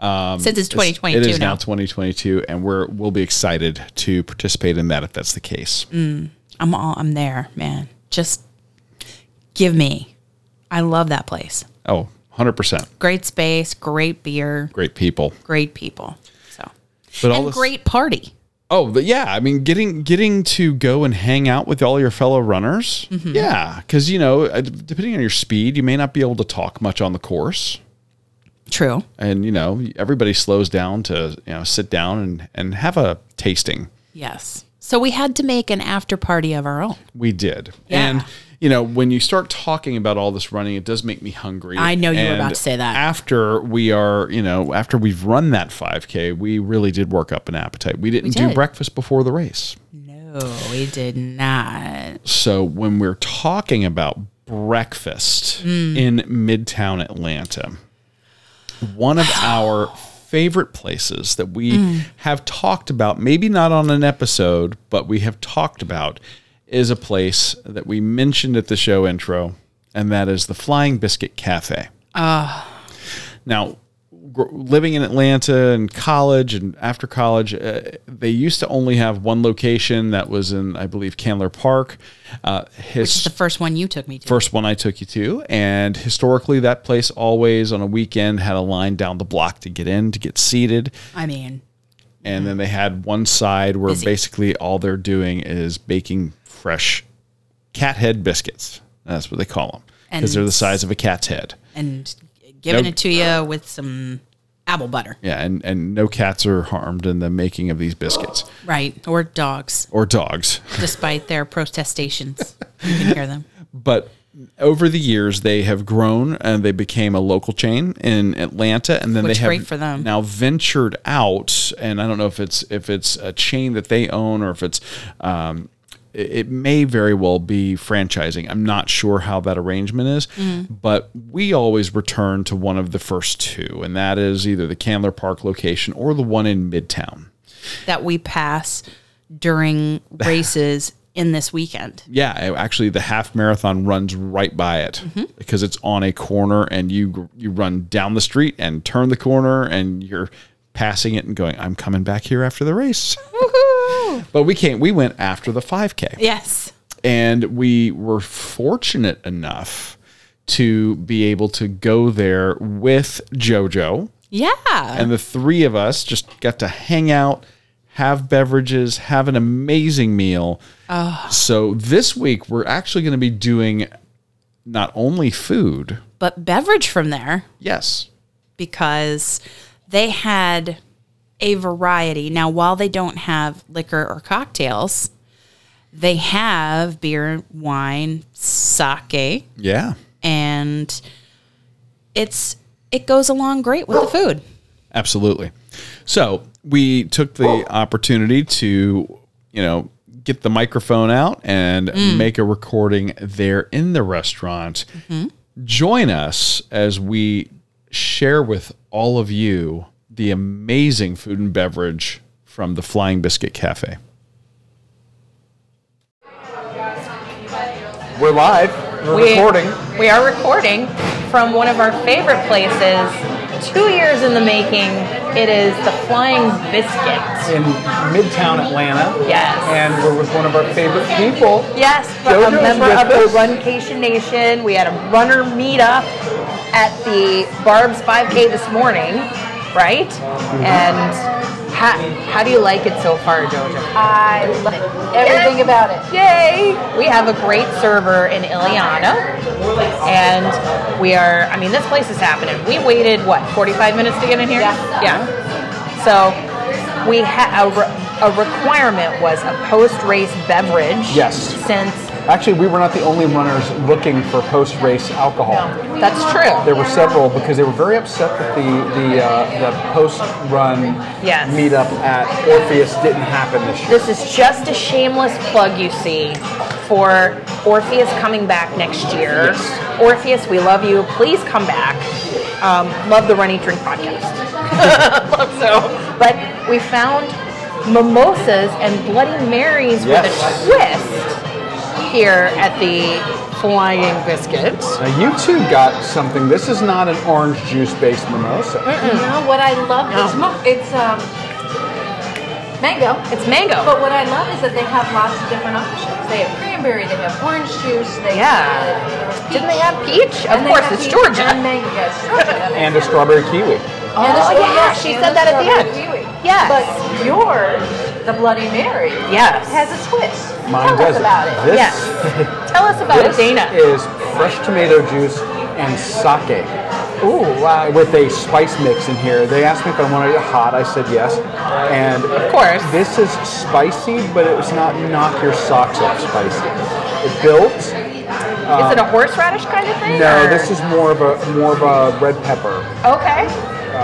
Speaker 3: Um,
Speaker 1: Since it's 2022
Speaker 3: it is
Speaker 1: now.
Speaker 3: now 2022, and we're we'll be excited to participate in that if that's the case.
Speaker 1: Mm. I'm all I'm there, man. Just give me. I love that place.
Speaker 3: Oh, 100 percent,
Speaker 1: Great space, great beer,
Speaker 3: great people.
Speaker 1: great people. So
Speaker 3: But
Speaker 1: and
Speaker 3: this-
Speaker 1: great party.
Speaker 3: Oh, but yeah. I mean, getting getting to go and hang out with all your fellow runners.
Speaker 1: Mm-hmm.
Speaker 3: Yeah, because you know, uh, d- depending on your speed, you may not be able to talk much on the course,
Speaker 1: True.
Speaker 3: and you know, everybody slows down to you know sit down and and have a tasting.
Speaker 1: Yes. So we had to make an after party of our own.
Speaker 3: We did,
Speaker 1: Yeah.
Speaker 3: and you know, when you start talking about all this running, it does make me hungry.
Speaker 1: I know you were
Speaker 3: And
Speaker 1: about to say that.
Speaker 3: After we are, you know, after we've run that five k, we really did work up an appetite. We didn't do
Speaker 1: did.
Speaker 3: breakfast before the race.
Speaker 1: No, we did not.
Speaker 3: So when we're talking about breakfast in Midtown Atlanta, one of our favorite places that we have talked about, maybe not on an episode, but we have talked about is a place that we mentioned at the show intro, and that is the Flying Biscuit Cafe. Now, gr- living in Atlanta and college and after college, uh, they used to only have one location that was in, I believe, Candler Park. Uh, his
Speaker 1: It's the first one you took me to.
Speaker 3: first one I took you to, and historically, that place always on a weekend had a line down the block to get in to get seated,
Speaker 1: I mean,
Speaker 3: and then they had one side where
Speaker 1: Busy.
Speaker 3: basically all they're doing is baking fresh cat head biscuits. That's what they call them
Speaker 1: And-
Speaker 3: because they're the size of a cat's head.
Speaker 1: and giving
Speaker 3: Nope.
Speaker 1: it to you with some apple butter,
Speaker 3: Yeah, and, and no cats are harmed in the making of these biscuits
Speaker 1: right? Or dogs,
Speaker 3: or dogs.
Speaker 1: despite their protestations. You can hear <laughs> them.
Speaker 3: But over the years, they have grown and they became a local chain in Atlanta, and then
Speaker 1: Which
Speaker 3: they have
Speaker 1: great for them.
Speaker 3: now ventured out. And I don't know if it's if it's a chain that they own or if it's. Um, it it may very well be franchising. I'm not sure how that arrangement is,
Speaker 1: Mm.
Speaker 3: but we always return to one of the first two, and that is either the Candler Park location or the one in Midtown.
Speaker 1: That we pass during races in this weekend.
Speaker 3: Yeah, a- actually, the half marathon runs right by it because it's on a corner, and you gr- you run down the street and turn the corner, and you're passing it and going, "I'm coming back here after the race." <laughs> but we can't. We went after the 5K
Speaker 1: Yes.
Speaker 3: and we were fortunate enough to be able to go there with JoJo
Speaker 1: Yeah.
Speaker 3: and the three of us just got to hang out, have beverages, have an amazing meal. So this week we're actually going to be doing not only food,
Speaker 1: but beverage from there.
Speaker 3: yes,
Speaker 1: because they had a variety. Now, while they don't have liquor or cocktails, they have beer, wine, sake,
Speaker 3: yeah,
Speaker 1: and it's it goes along great with the food.
Speaker 3: absolutely. So we took the opportunity to, you know, get the microphone out and make a recording there in the restaurant. Join us as we share with all of you the amazing food and beverage from the Flying Biscuit Cafe.
Speaker 4: We're live. We're
Speaker 5: We-
Speaker 4: recording.
Speaker 5: We are recording from one of our favorite places. Two years in the making. It is the Flying Biscuit.
Speaker 4: in Midtown Atlanta.
Speaker 5: Yes.
Speaker 4: And we're with one of our favorite people.
Speaker 5: Yes, from a
Speaker 4: Jojo's
Speaker 5: member
Speaker 4: with
Speaker 5: of the
Speaker 4: us.
Speaker 5: Runcation Nation. We had a runner meetup at the Barb's 5K this morning, right?
Speaker 4: Mm-hmm.
Speaker 5: And how, how do you like it so far, Jojo? I love it. Everything about it. Yay! We have a great server in Ileana. And we are, I mean, this place is happening. We waited, what, 45 minutes to get in here? Yeah. yeah. So we had a, re- a requirement was a post-race beverage.
Speaker 4: Yes.
Speaker 5: Since
Speaker 4: Actually, we were not the only runners looking for post-race alcohol.
Speaker 5: oh, that's true.
Speaker 4: There were several because they were very upset that the the, uh, the post-run
Speaker 5: Yes.
Speaker 4: meetup at Orpheus didn't happen this year.
Speaker 5: This is just a shameless plug, you see, for Orpheus coming back next year.
Speaker 4: Yes.
Speaker 5: Orpheus, we love you. Please come back. Um, love the Run Eat
Speaker 4: <laughs>
Speaker 5: Drink podcast. so, but we found mimosas and Bloody Marys
Speaker 4: Yes.
Speaker 5: with a twist here at the Flying Biscuit.
Speaker 4: Now you two got something. This is not an orange juice-based mimosa.
Speaker 6: No, what I love is mo- it's um, mango.
Speaker 5: It's mango.
Speaker 6: But what I love is that they have lots of different options. They have cranberry, they have orange juice, they
Speaker 5: Yeah.
Speaker 6: have
Speaker 5: Didn't they have peach? Of
Speaker 6: And they
Speaker 5: course,
Speaker 6: have
Speaker 5: it's
Speaker 6: peach
Speaker 5: Georgia. <laughs>
Speaker 6: And mango, yes, Georgia.
Speaker 4: And a strawberry kiwi.
Speaker 6: oh, and
Speaker 5: Oh, yeah, she said that at the end. Yes.
Speaker 6: Yeah. But yours, the Bloody Mary,
Speaker 5: Yes.
Speaker 6: has a twist.
Speaker 4: Mine
Speaker 6: Tell us
Speaker 4: doesn't.
Speaker 6: about it.
Speaker 4: This,
Speaker 5: Yes. Tell us about it,
Speaker 4: this
Speaker 5: Dana.
Speaker 4: is fresh tomato juice and sake. Ooh, wow. With a spice mix in here. They asked me if I wanted it hot. I said yes. And
Speaker 5: Of course.
Speaker 4: This is spicy, but it was not knock your socks off spicy. It built.
Speaker 5: Is it a horseradish kind of thing?
Speaker 4: uh, No,
Speaker 5: or-
Speaker 4: this is more of a more of a red pepper.
Speaker 5: Okay.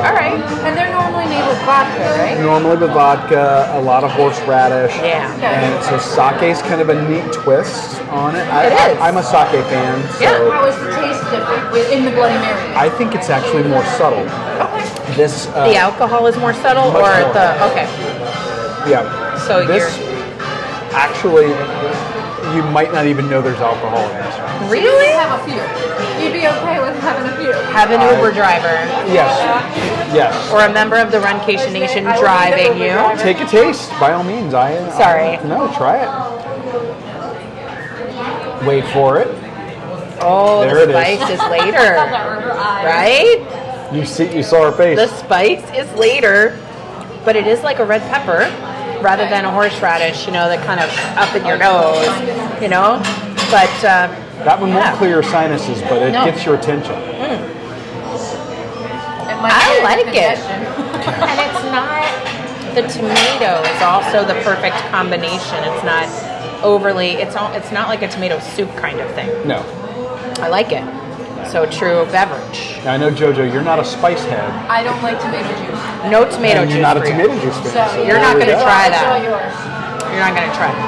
Speaker 5: All right.
Speaker 6: And they're normally made with vodka, right?
Speaker 4: Normally with vodka, a lot of horseradish.
Speaker 5: Yeah.
Speaker 4: And so sake's kind of a neat twist on it. I,
Speaker 5: It
Speaker 4: I,
Speaker 5: is.
Speaker 4: I'm a sake fan, so
Speaker 5: Yeah,
Speaker 6: How is the taste different with- in the Bloody Mary?
Speaker 4: I think it's actually more subtle. This uh,
Speaker 5: The alcohol is more subtle,
Speaker 4: Much
Speaker 5: or
Speaker 4: more.
Speaker 5: the okay.
Speaker 4: Yeah.
Speaker 5: So
Speaker 4: this
Speaker 5: you're-
Speaker 4: actually, you might not even know there's alcohol in this.
Speaker 6: You
Speaker 5: Really?
Speaker 6: have a few. You'd be okay with having a few.
Speaker 5: Have an Uber driver
Speaker 4: Yes. Yes.
Speaker 5: or a member of the Runcation Nation
Speaker 6: I would
Speaker 5: driving
Speaker 6: never
Speaker 5: you.
Speaker 6: drive.
Speaker 4: Take a taste, by all means. I I-
Speaker 5: Sorry.
Speaker 4: no, try it. Wait for it.
Speaker 5: Oh,
Speaker 4: There it
Speaker 5: the
Speaker 4: is.
Speaker 5: spice <laughs> is, later, right?
Speaker 4: You see, you saw her face.
Speaker 5: The spice is later, but it is like a red pepper rather than a horseradish. You know, that kind of up in your nose. You know, but uh,
Speaker 4: that one
Speaker 5: yeah.
Speaker 4: won't clear your sinuses, but it
Speaker 5: No.
Speaker 4: gets your attention.
Speaker 6: It might
Speaker 5: I
Speaker 6: be a
Speaker 5: like it.
Speaker 6: congestion.
Speaker 5: And it's not, the tomato is also the perfect combination. It's not overly, it's all, it's not like a tomato soup kind of thing.
Speaker 4: No.
Speaker 5: I like it. So true beverage.
Speaker 4: Now I know Jojo, you're not a spice head.
Speaker 6: I don't like tomato juice.
Speaker 5: No tomato
Speaker 4: and
Speaker 5: juice.
Speaker 4: you're not a
Speaker 5: for you.
Speaker 4: tomato juice fan.
Speaker 6: So
Speaker 4: so
Speaker 5: You're not
Speaker 4: there we
Speaker 5: gonna
Speaker 4: go.
Speaker 5: try
Speaker 6: I'll
Speaker 5: that.
Speaker 6: enjoy yours.
Speaker 5: You're not gonna try. it.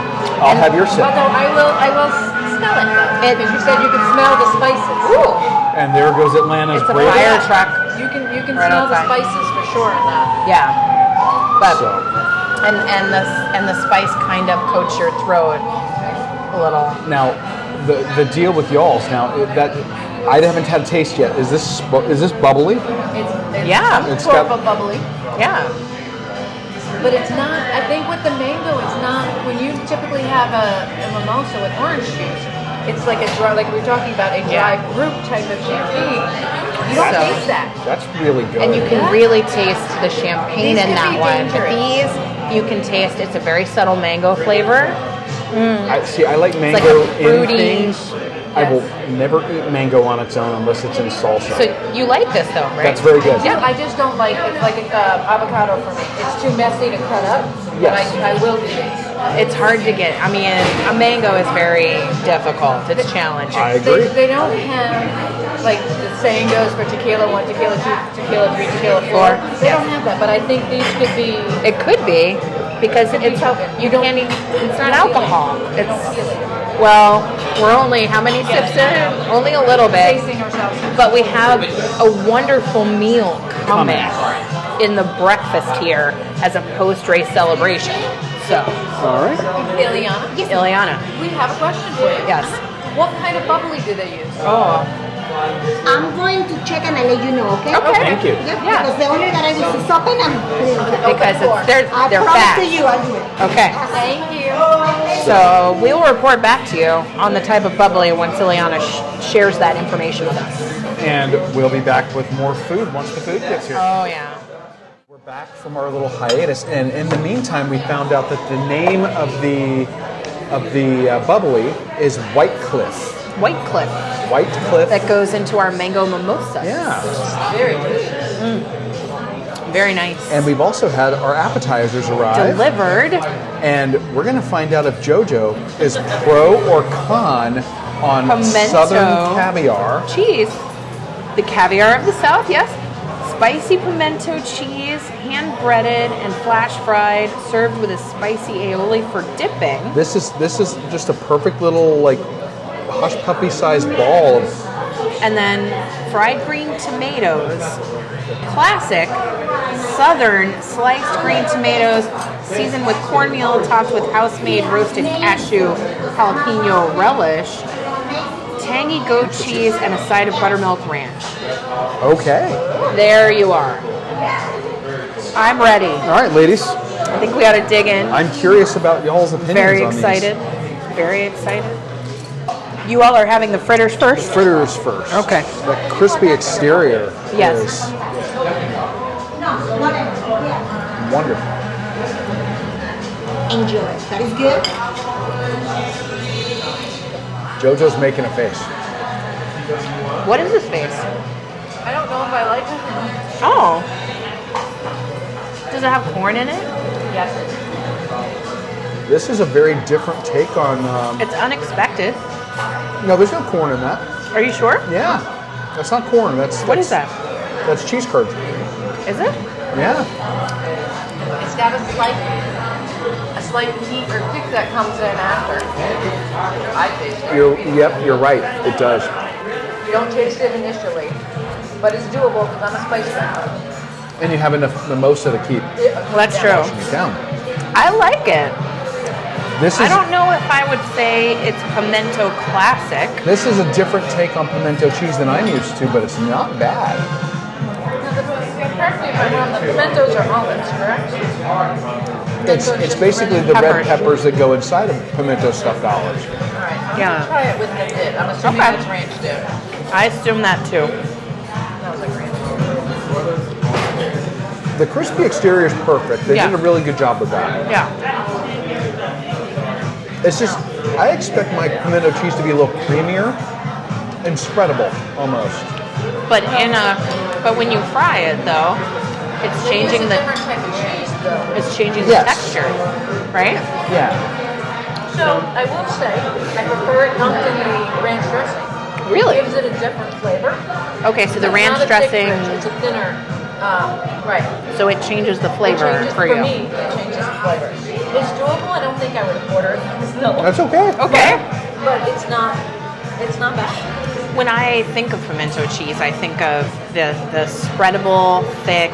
Speaker 4: I'll have your sip.
Speaker 6: Although I will, I will s- smell it though, because you said you could smell the spices. Ooh,
Speaker 4: And there goes Atlanta's
Speaker 5: It's a
Speaker 4: great.
Speaker 5: fire truck.
Speaker 6: you can you can
Speaker 5: Right
Speaker 6: smell
Speaker 5: outside.
Speaker 6: the spices for sure in that.
Speaker 5: Yeah. But
Speaker 4: So
Speaker 5: and and the and the spice kind of coats your throat a little.
Speaker 4: now, the the deal with y'all's now it- that I haven't had a taste yet. Is this bu- is this bubbly?
Speaker 6: It's, it's
Speaker 5: Yeah.
Speaker 6: some
Speaker 4: It's
Speaker 6: sort
Speaker 4: got-
Speaker 6: of a bubbly,
Speaker 5: Yeah.
Speaker 6: but it's not. I think with the mango, it's not. When you typically have a, a mimosa with orange juice, it's like a dry, like we were talking about a
Speaker 5: Yeah.
Speaker 6: dry group type of champagne. You don't
Speaker 5: So-
Speaker 6: taste that.
Speaker 4: That's really good.
Speaker 5: And you can really taste the champagne
Speaker 6: These
Speaker 5: in
Speaker 6: could
Speaker 5: that
Speaker 6: be
Speaker 5: one. But
Speaker 6: dangerous.
Speaker 5: these, you can taste. It's a very subtle mango flavor.
Speaker 4: I see. I like
Speaker 5: like
Speaker 4: mango
Speaker 5: a fruity-
Speaker 4: in things. I will never eat mango on its own unless it's in salsa.
Speaker 5: So you like this though, right?
Speaker 4: That's very good.
Speaker 6: Yeah, I just don't like it's like uh, avocado for me. It's too messy to cut up. But
Speaker 4: Yes.
Speaker 6: I, I will do this.
Speaker 5: It's hard to get. I mean, a mango is very difficult. It's challenging.
Speaker 4: I agree.
Speaker 6: They, they don't have like the saying goes for tequila one, tequila two, tequila three, tequila four. They don't have that, but I think these could be.
Speaker 5: it could be because
Speaker 6: It could be
Speaker 5: it's
Speaker 6: healthy.
Speaker 5: you
Speaker 6: You don't-
Speaker 5: can't even, it's
Speaker 6: not
Speaker 5: not alcohol.
Speaker 6: appealing.
Speaker 5: It's well, we're only how many sips in? Only a little bit.
Speaker 6: Tasting ourselves.
Speaker 5: But we have a wonderful meal coming in the breakfast here as a post-race celebration. So,
Speaker 4: All right.
Speaker 6: Ileana,
Speaker 5: Ileana,
Speaker 6: we have a question for you.
Speaker 5: yes.
Speaker 6: What kind of bubbly do they use?
Speaker 5: Oh,
Speaker 7: I'm going to check and I'll let you know, Oh, okay?
Speaker 5: Okay.
Speaker 4: Thank you.
Speaker 7: Yeah,
Speaker 5: Yeah.
Speaker 7: because the only that I will is open and
Speaker 5: because it's, they're
Speaker 7: I
Speaker 5: they're
Speaker 7: promise
Speaker 5: fast.
Speaker 7: to you, I'll do it.
Speaker 5: Okay.
Speaker 6: Thank you.
Speaker 5: So we will report back to you on the type of bubbly once Ileana sh- shares that information with us.
Speaker 4: And we'll be back with more food once the food gets here.
Speaker 5: Oh yeah.
Speaker 4: We're back from our little hiatus, and in the meantime, we found out that the name of the of the uh, bubbly is White Cliff.
Speaker 5: White Cliff
Speaker 4: White Cliff.
Speaker 5: that goes into our mango mimosa.
Speaker 4: yeah.
Speaker 6: Very good.
Speaker 5: Very nice.
Speaker 4: And we've also had our appetizers arrive.
Speaker 5: Delivered.
Speaker 4: And we're going to find out if JoJo is pro or con on
Speaker 5: Pimento.
Speaker 4: Southern caviar.
Speaker 5: cheese. The caviar of the South, yes. Spicy pimento cheese, hand breaded and flash fried, served with a spicy aioli for dipping.
Speaker 4: This is this is just a perfect little like hush puppy sized ball. of-
Speaker 5: And then fried green tomatoes. Classic southern sliced green tomatoes seasoned with cornmeal, topped with house made roasted cashew jalapeno relish, tangy goat cheese, and a side of buttermilk ranch.
Speaker 4: Okay.
Speaker 5: There you are. I'm ready.
Speaker 4: All right, ladies.
Speaker 5: I think we ought to dig in.
Speaker 4: I'm curious about y'all's opinions.
Speaker 5: Very
Speaker 4: on these.
Speaker 5: excited. Very excited. You all are having the fritters first?
Speaker 4: Fritters first.
Speaker 5: Okay.
Speaker 4: The crispy exterior
Speaker 5: Yes.
Speaker 4: is wonderful.
Speaker 7: Enjoy. That is good.
Speaker 4: JoJo's making a face.
Speaker 5: What is this face?
Speaker 6: I don't know if I like it.
Speaker 5: Oh. Does it have corn in it?
Speaker 6: Yes.
Speaker 4: This is a very different take on. Um,
Speaker 5: It's unexpected.
Speaker 4: no, there's no corn in that.
Speaker 5: Are you sure?
Speaker 4: Yeah, that's not corn. That's
Speaker 5: What is
Speaker 4: that's- That's cheese curd.
Speaker 5: Is it?
Speaker 4: Yeah.
Speaker 6: It's got a slight, a slight heat or kick that comes in after. I taste it.
Speaker 4: You're, yep, you're right. It does.
Speaker 6: You don't taste it initially, but it's doable because I'm a spice guy.
Speaker 4: And you have enough mimosa to keep
Speaker 5: Well, that's true.
Speaker 4: it down.
Speaker 5: I like it.
Speaker 4: This is
Speaker 5: I don't know if I would say it's pimento classic.
Speaker 4: this is a different take on pimento cheese than I'm used to, but it's not bad.
Speaker 6: Correctly if I'm wrong, the pimentos are almonds, correct?
Speaker 4: It's it's basically the red
Speaker 5: Peppers.
Speaker 4: peppers that go inside of pimento stuffed olives.
Speaker 6: Alright, I'm
Speaker 5: Yeah.
Speaker 6: gonna try it with the dip. I'm assuming
Speaker 5: Okay.
Speaker 6: it's ranch dip.
Speaker 5: I assume that too.
Speaker 6: Sounds like ranch.
Speaker 4: The crispy exterior is perfect. They
Speaker 5: Yeah.
Speaker 4: did a really good job with that.
Speaker 5: Yeah.
Speaker 4: It's just, I expect my pimento cheese to be a little creamier and spreadable almost.
Speaker 5: But in a but when you fry it though, it's changing
Speaker 6: It's
Speaker 5: the
Speaker 6: a different type of cheese, though.
Speaker 5: It's changing the
Speaker 4: Yes.
Speaker 5: texture, right?
Speaker 4: Yeah.
Speaker 6: So I will say, I prefer it dunked in the ranch dressing.
Speaker 5: Really?
Speaker 6: It gives it a different flavor.
Speaker 5: Okay, so the
Speaker 6: It's
Speaker 5: ranch
Speaker 6: not a thick
Speaker 5: dressing,
Speaker 6: ranch, It's a thinner, um, right.
Speaker 5: so it changes the
Speaker 6: It
Speaker 5: flavor
Speaker 6: changes-
Speaker 5: for you.
Speaker 6: me, it changes the flavor. It's doable. I don't think I would order it still,
Speaker 4: That's okay.
Speaker 5: Oh. Okay.
Speaker 6: but it's not. It's not bad.
Speaker 5: When I think of pimento cheese, I think of the the spreadable, thick.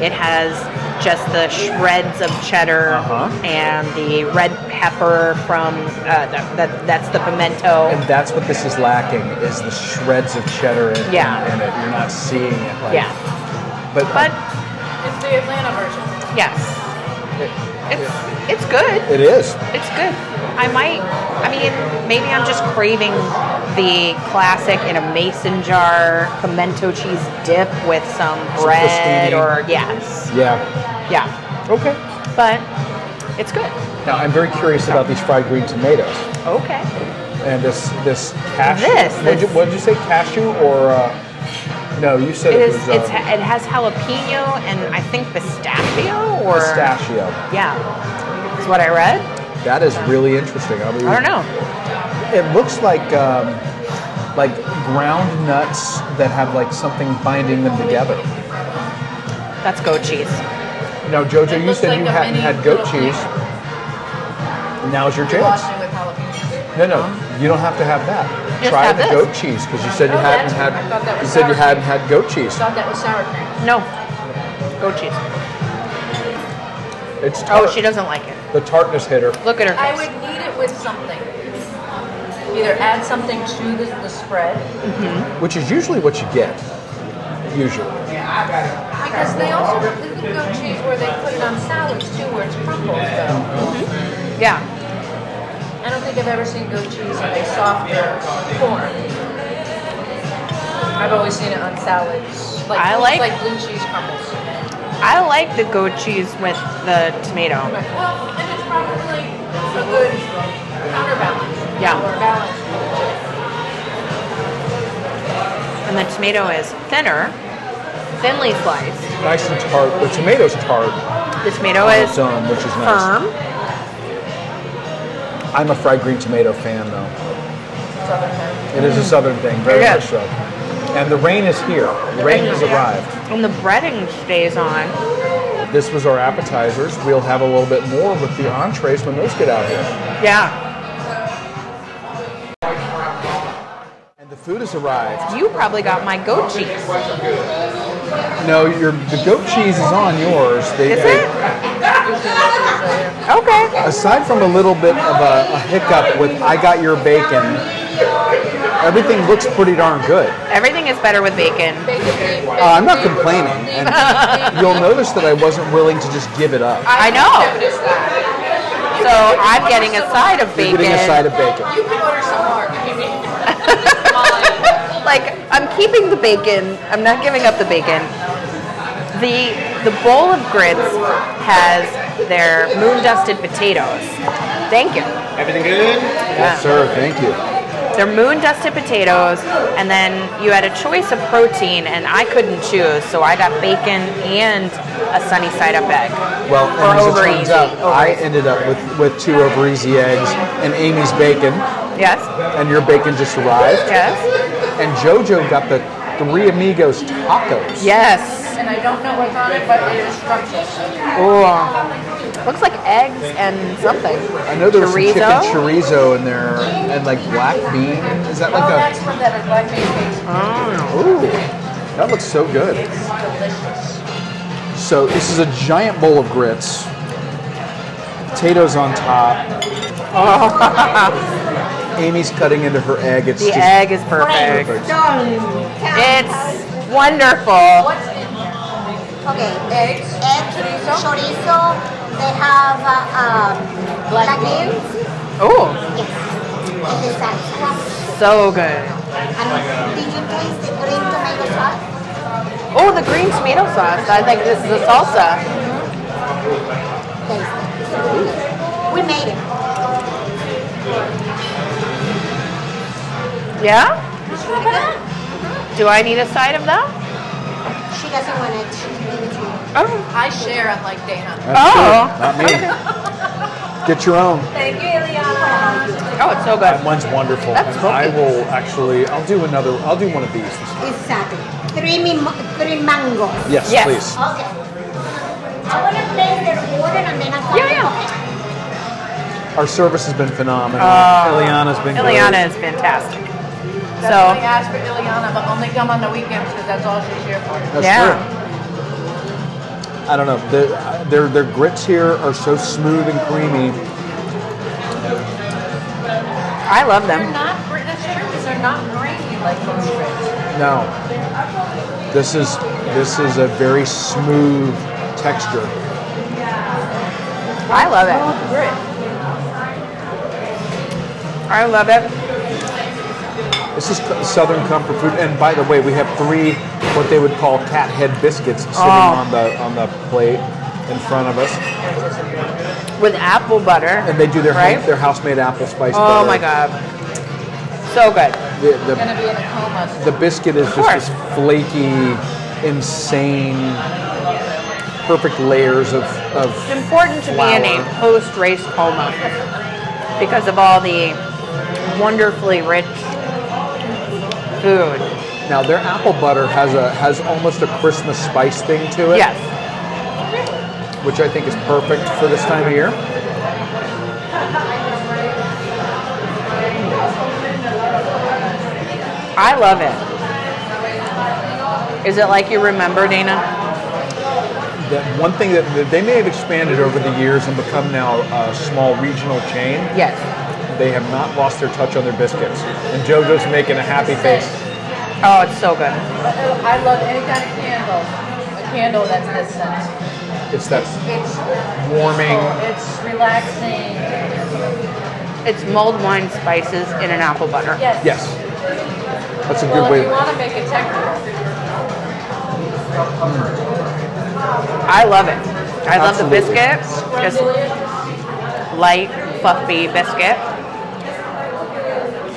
Speaker 5: It has just the shreds of cheddar
Speaker 4: Uh-huh.
Speaker 5: and the red pepper from uh, that, that that's the pimento.
Speaker 4: And that's what this is lacking is the shreds of cheddar in,
Speaker 5: Yeah.
Speaker 4: in it. You're not seeing it. Like,
Speaker 5: yeah.
Speaker 4: But,
Speaker 5: But
Speaker 6: It's the Atlanta version.
Speaker 5: yes,
Speaker 4: it,
Speaker 5: it's it's good.
Speaker 4: it is.
Speaker 5: It's good. I might. I mean, maybe I'm just craving the classic in a mason jar pimento cheese dip with some bread
Speaker 4: crostini.
Speaker 5: or yes,
Speaker 4: Yeah.
Speaker 5: yeah.
Speaker 4: Okay.
Speaker 5: But it's good.
Speaker 4: Now I'm very curious about these fried green tomatoes
Speaker 5: Okay.
Speaker 4: and this this cashew.
Speaker 5: This-
Speaker 4: What'd, you,
Speaker 5: this-
Speaker 4: what'd you say, cashew or? Uh, no, you said
Speaker 5: It
Speaker 4: it,
Speaker 5: is.
Speaker 4: was uh,
Speaker 5: It's, it has jalapeno and I think pistachio or
Speaker 4: pistachio.
Speaker 5: Yeah, is what I read.
Speaker 4: That is really interesting. I, mean,
Speaker 5: I don't know.
Speaker 4: It looks like um, like ground nuts that have like something binding them together.
Speaker 5: That's goat cheese.
Speaker 4: Now, Jojo,
Speaker 6: It
Speaker 4: you
Speaker 6: looks
Speaker 4: said
Speaker 6: like
Speaker 4: you
Speaker 6: a
Speaker 4: hadn't
Speaker 6: mini
Speaker 4: had goat
Speaker 6: little
Speaker 4: cheese. Now's your chance.
Speaker 6: Washing with jalapenos.
Speaker 4: No, no, you don't have to have that.
Speaker 5: Just
Speaker 4: Try
Speaker 5: have
Speaker 4: the
Speaker 5: this.
Speaker 4: goat cheese because you said you
Speaker 6: Oh,
Speaker 4: hadn't
Speaker 6: that's- I thought that
Speaker 4: had. You
Speaker 6: was
Speaker 4: said you
Speaker 6: sour cream.
Speaker 4: hadn't had goat cheese.
Speaker 6: Thought that was sour cream.
Speaker 5: No, goat cheese.
Speaker 4: It's tart.
Speaker 5: Oh, she doesn't like it.
Speaker 4: The tartness hit her.
Speaker 5: Look at her.
Speaker 6: I
Speaker 5: Face.
Speaker 6: would need it with something. Either add something to the, the spread
Speaker 4: which is usually what you get. Usually,
Speaker 6: because they also they do goat cheese where they put it on salads too, where it's crumbled though.
Speaker 5: Yeah.
Speaker 6: I don't think I've ever seen goat cheese in a softer form. I've always seen it on salads. Like,
Speaker 5: I
Speaker 6: it's
Speaker 5: like-
Speaker 6: like blue cheese crumbles.
Speaker 5: I like the goat cheese with the tomato.
Speaker 6: But, well, and it's probably a good counterbalance.
Speaker 5: Yeah.
Speaker 6: Or balance.
Speaker 5: and the tomato is thinner, thinly sliced.
Speaker 4: Nice and tart. The tomato's tart
Speaker 5: The tomato
Speaker 4: on
Speaker 5: is
Speaker 4: Oh, its own, which is nice.
Speaker 5: firm.
Speaker 4: I'm a fried green tomato fan, though. It is a southern thing, very
Speaker 5: Yeah.
Speaker 4: much so. And the rain is here. The rain has arrived.
Speaker 5: And the breading stays on.
Speaker 4: This was our appetizers. We'll have a little bit more with the entrees when those get out here.
Speaker 5: Yeah.
Speaker 4: And the food has arrived.
Speaker 5: You probably got my goat cheese.
Speaker 4: No, your the goat cheese is on yours. They,
Speaker 5: Is
Speaker 4: they-
Speaker 5: it? Okay.
Speaker 4: Aside from a little bit of a, a hiccup with I got your bacon, everything looks pretty darn good.
Speaker 5: Everything is better with bacon.
Speaker 4: Uh, I'm not complaining.
Speaker 5: <laughs>
Speaker 4: And you'll notice that I wasn't willing to just give it up.
Speaker 5: I know. So I'm getting a side of
Speaker 4: You're
Speaker 5: bacon.
Speaker 4: getting a side of bacon.
Speaker 5: like I'm keeping the bacon. I'm not giving up the bacon. The the bowl of grits has their moon dusted potatoes. Thank you.
Speaker 4: Yes, sir. Thank you.
Speaker 5: They're moon dusted potatoes, and then you had a choice of protein, and I couldn't choose, so I got bacon and a sunny side up egg.
Speaker 4: Well,
Speaker 5: or
Speaker 4: and as it
Speaker 5: over
Speaker 4: turns
Speaker 5: easy.
Speaker 4: out,
Speaker 5: Over
Speaker 4: I
Speaker 5: easy.
Speaker 4: ended up with, with two over easy eggs and Amy's bacon,
Speaker 5: yes,
Speaker 4: and your bacon just arrived.
Speaker 5: yes,
Speaker 4: And JoJo got the Three Amigos tacos.
Speaker 5: yes.
Speaker 6: And I don't know what's on it, but it is scrumptious.
Speaker 4: Oh,
Speaker 5: Looks like eggs and something.
Speaker 4: I know there was some chicken
Speaker 5: Chorizo?
Speaker 4: chorizo in there and like black bean. Is that
Speaker 6: Oh,
Speaker 4: like
Speaker 6: that's
Speaker 4: a. Oh,
Speaker 6: from that black bean cake.
Speaker 4: Ooh, that looks so good. So, this is a giant bowl of grits, potatoes on
Speaker 6: <laughs>
Speaker 4: top. Amy's cutting into her egg. It's
Speaker 5: The
Speaker 4: just
Speaker 5: egg is perfect.
Speaker 4: perfect.
Speaker 5: It's wonderful.
Speaker 7: What's in there? Okay. Eggs. Eggs. Chorizo. They have uh, um, black, beans.
Speaker 5: Oh,
Speaker 7: Yes. And the salsa.
Speaker 5: so good.
Speaker 7: And did you taste the green tomato sauce?
Speaker 5: Oh, the green tomato sauce. I think this is a salsa.
Speaker 7: Taste it. We made it.
Speaker 5: Yeah? Do I need a side of that?
Speaker 7: She doesn't want it. She can give it to you.
Speaker 5: Oh.
Speaker 6: I share unlike Dana.
Speaker 5: Oh.
Speaker 4: Not me. Get your own.
Speaker 6: Thank you, Eliana.
Speaker 5: Oh, it's so good.
Speaker 4: That one's wonderful.
Speaker 5: That's
Speaker 4: and I will actually. I'll do another. I'll do one of these.
Speaker 7: Exactly. Three, mim- three mangoes.
Speaker 4: Yes,
Speaker 5: Yes.
Speaker 4: please.
Speaker 7: Okay. I want to place their order and then I'll
Speaker 5: Yeah, yeah.
Speaker 4: Our service has been phenomenal. Ileana's been great.
Speaker 5: Oh. Ileana is fantastic.
Speaker 6: That's why I
Speaker 5: So,
Speaker 6: asked for Ileana, but only come on the weekends because that's all she's here for.
Speaker 4: That's
Speaker 5: Yeah.
Speaker 4: true. I don't know. The, their their grits here are so smooth and creamy.
Speaker 5: I love
Speaker 6: They're
Speaker 5: them.
Speaker 6: not, that's true, because they're not grainy like most grits.
Speaker 4: No, this is this is a very smooth texture.
Speaker 5: I love it.
Speaker 6: Grit.
Speaker 5: I love it.
Speaker 4: This is co- Southern comfort food. And by the way, we have three what they would call cat head biscuits sitting
Speaker 5: Oh.
Speaker 4: on the on the plate in front of us.
Speaker 5: With apple butter.
Speaker 4: And they do their
Speaker 5: right?
Speaker 4: home, their house made apple spice.
Speaker 5: Oh
Speaker 4: butter.
Speaker 5: my god. So good.
Speaker 4: The,
Speaker 6: Gonna
Speaker 4: the,
Speaker 6: be in a coma.
Speaker 4: the biscuit is just
Speaker 5: course.
Speaker 4: this flaky, insane, perfect layers of, of
Speaker 5: It's important to be in a post race coma because of all the wonderfully rich food.
Speaker 4: now their apple butter has a has almost a Christmas spice thing to it.
Speaker 5: Yes.
Speaker 4: Which I think is perfect for this time of year.
Speaker 5: I love it. Is it like you remember, Dana?
Speaker 4: That one thing that that they may have expanded over the years and become now a small regional chain.
Speaker 5: Yes.
Speaker 4: They have not lost their touch on their biscuits. And JoJo's making a happy face.
Speaker 5: Oh, it's so good.
Speaker 6: I love any kind of candle. A candle that's this scent.
Speaker 4: It's that
Speaker 6: It's
Speaker 4: warming.
Speaker 6: It's relaxing.
Speaker 5: It's mulled wine spices in an apple butter.
Speaker 6: Yes.
Speaker 4: Yes. That's a good
Speaker 6: Well,
Speaker 4: way.
Speaker 6: if you want to make it technical,
Speaker 5: I love it. I love the
Speaker 4: Absolutely.
Speaker 5: biscuit. Just light, fluffy biscuit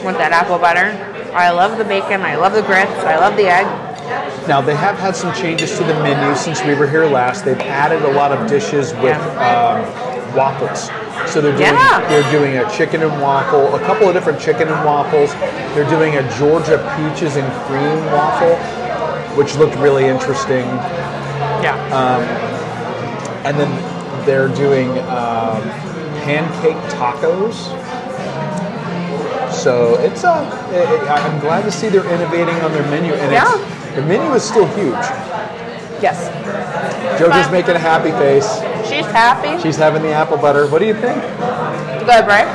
Speaker 5: with that apple butter. I love the bacon. I love the grits. I love the egg.
Speaker 4: Now they have had some changes to the menu since we were here last. They've added a lot of dishes with um, waffles. So they're doing
Speaker 5: Yeah.
Speaker 4: they're doing a chicken and waffle, a couple of different chicken and waffles. They're doing a Georgia peaches and cream waffle, which looked really interesting.
Speaker 5: Yeah.
Speaker 4: And then they're doing um, pancake tacos. So it's a. I- I'm glad to see they're innovating on their menu, and it's, the menu is still huge.
Speaker 5: yes.
Speaker 4: JoJo's
Speaker 5: But-
Speaker 4: making a happy face.
Speaker 5: She's happy.
Speaker 4: She's having the apple butter. What do you think?
Speaker 5: good, right?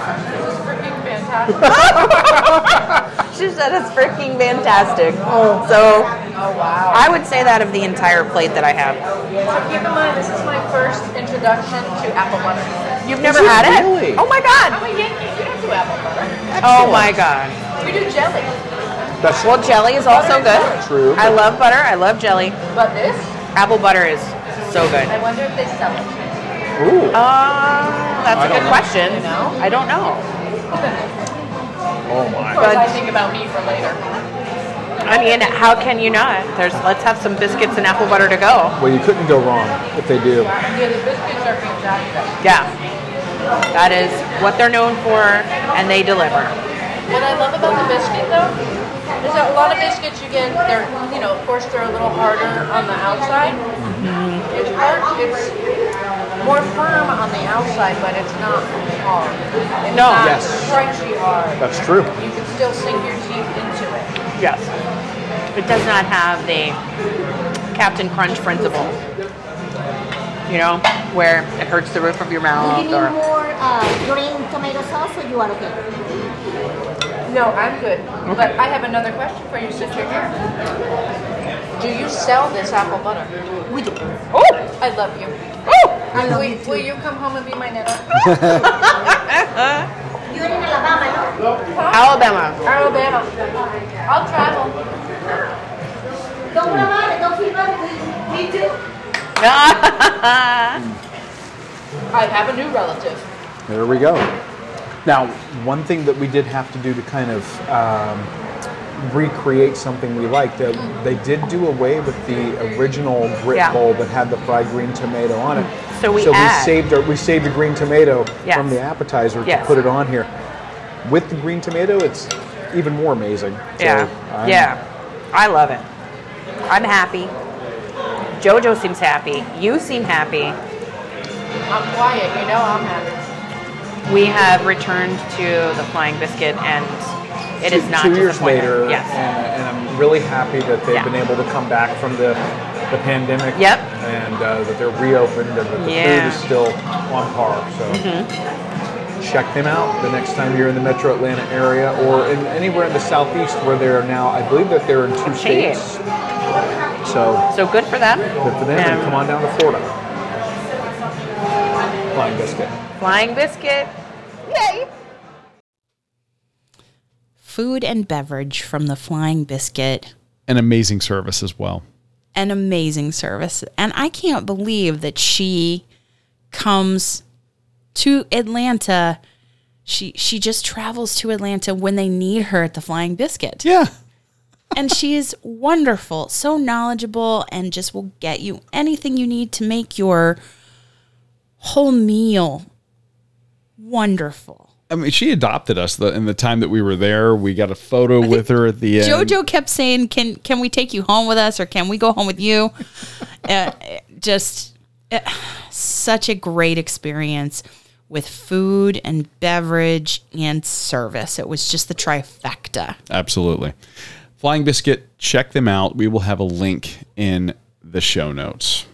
Speaker 5: She said it's freaking fantastic.
Speaker 4: Oh.
Speaker 5: So I would say that of the entire plate that I have.
Speaker 6: Keep in mind, this is my first introduction to apple butter.
Speaker 5: You've never
Speaker 4: it
Speaker 5: had it?
Speaker 4: really?
Speaker 5: Oh my god.
Speaker 6: I'm a Yankee. We don't do apple butter.
Speaker 5: <laughs> Oh my god.
Speaker 6: We do jelly.
Speaker 4: That's
Speaker 5: Well, jelly is also good.
Speaker 4: True.
Speaker 5: I love butter. I love jelly.
Speaker 6: But this,
Speaker 5: Apple butter is so good.
Speaker 6: I wonder if they sell it.
Speaker 4: Ooh.
Speaker 5: Oh. Uh, that's a good question.
Speaker 6: know.
Speaker 5: I don't know.
Speaker 4: Oh my.
Speaker 5: But
Speaker 6: I think about me for later.
Speaker 5: I mean, how can you not? There's let's have some biscuits and apple butter to go.
Speaker 4: Well, you couldn't go wrong if they do.
Speaker 6: Yeah, the biscuits are fantastic.
Speaker 5: Yeah. That is what they're known for and they deliver.
Speaker 6: What I love about the biscuit though is that a lot of biscuits you get, they're you know, of course they're a little harder on the outside. It's hard. It's more firm on the outside, but it's not hard. It's
Speaker 5: No.
Speaker 6: not
Speaker 4: Yes.
Speaker 6: crunchy hard.
Speaker 4: That's true.
Speaker 6: You can still sink your teeth into it.
Speaker 5: Yes. It does not have the Captain Crunch principle. You know, where it hurts the roof of your
Speaker 7: You
Speaker 5: mouth
Speaker 7: need
Speaker 5: or
Speaker 7: more uh, green tomato sauce, or you are okay.
Speaker 6: No, I'm good. But I have another question for you, since you're here. Do you sell this apple butter?
Speaker 7: We do.
Speaker 5: Oh!
Speaker 6: I love you.
Speaker 5: Oh!
Speaker 7: I love
Speaker 6: will,
Speaker 7: you
Speaker 6: will
Speaker 7: too.
Speaker 6: you come home and be my nana?
Speaker 7: You're in Alabama, no?
Speaker 5: Alabama.
Speaker 6: Alabama. I'll travel.
Speaker 7: Don't worry about it. Don't feel bad. We, we do.
Speaker 6: I have a new relative.
Speaker 4: There we go. Now, one thing that we did have to do to kind of um, recreate something we liked, uh, they did do away with the original grit
Speaker 5: Yeah.
Speaker 4: bowl that had the fried green tomato on it.
Speaker 5: So we
Speaker 4: so
Speaker 5: add-
Speaker 4: we saved our, we saved the green tomato
Speaker 5: Yes.
Speaker 4: from the appetizer
Speaker 5: Yes.
Speaker 4: to put it on here. With the green tomato, it's even more amazing. So
Speaker 5: yeah.
Speaker 4: I'm-
Speaker 5: yeah. I love it. I'm happy. JoJo seems happy. You seem happy.
Speaker 6: I'm quiet, you know I'm happy.
Speaker 5: We have returned to the Flying Biscuit and it is
Speaker 4: two,
Speaker 5: not
Speaker 4: two years
Speaker 5: disappointing.
Speaker 4: later,
Speaker 5: Yes.
Speaker 4: and, and I'm really happy that they've
Speaker 5: Yeah.
Speaker 4: been able to come back from the the pandemic.
Speaker 5: Yep.
Speaker 4: And uh, that they're reopened and that the
Speaker 5: Yeah. Mm-hmm.
Speaker 4: food is still on par. So check them out the next time you're in the Metro Atlanta area or in anywhere in the Southeast where they are now. I believe that they're in two
Speaker 5: Okay.
Speaker 4: states. So
Speaker 5: So good for them.
Speaker 4: good for them. and
Speaker 5: Um,
Speaker 4: come on down to Florida. Flying biscuit.
Speaker 5: Flying Biscuit. Yay!
Speaker 1: Food and beverage from the Flying Biscuit.
Speaker 3: An amazing service as well.
Speaker 1: An amazing service. And I can't believe that she comes to Atlanta. She she just travels to Atlanta when they need her at the Flying Biscuit.
Speaker 3: Yeah.
Speaker 1: and she is wonderful, so knowledgeable, and just will get you anything you need to make your whole meal wonderful.
Speaker 3: I mean, she adopted us the, in the time that we were there. We got a photo with her at the end.
Speaker 1: Jojo kept saying, "Can can we take you home with us, or can we go home with you?" uh, just uh, such a great experience with food and beverage and service. It was just the trifecta.
Speaker 3: Absolutely. Flying Biscuit, check them out. We will have a link in the show notes.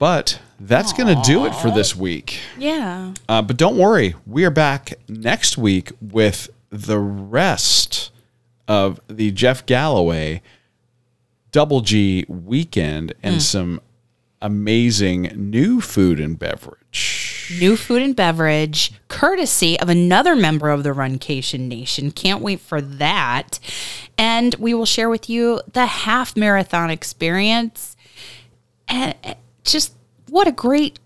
Speaker 3: But that's going to do it for this week.
Speaker 1: Yeah,
Speaker 3: Uh, but don't worry, we are back next week with the rest of the Jeff Galloway Double G weekend and
Speaker 1: Mm.
Speaker 3: some amazing new food and beverage.
Speaker 1: new food and beverage, courtesy of another member of the Runcation Nation. Can't wait for that. And we will share with you the half marathon experience. And uh, just what a great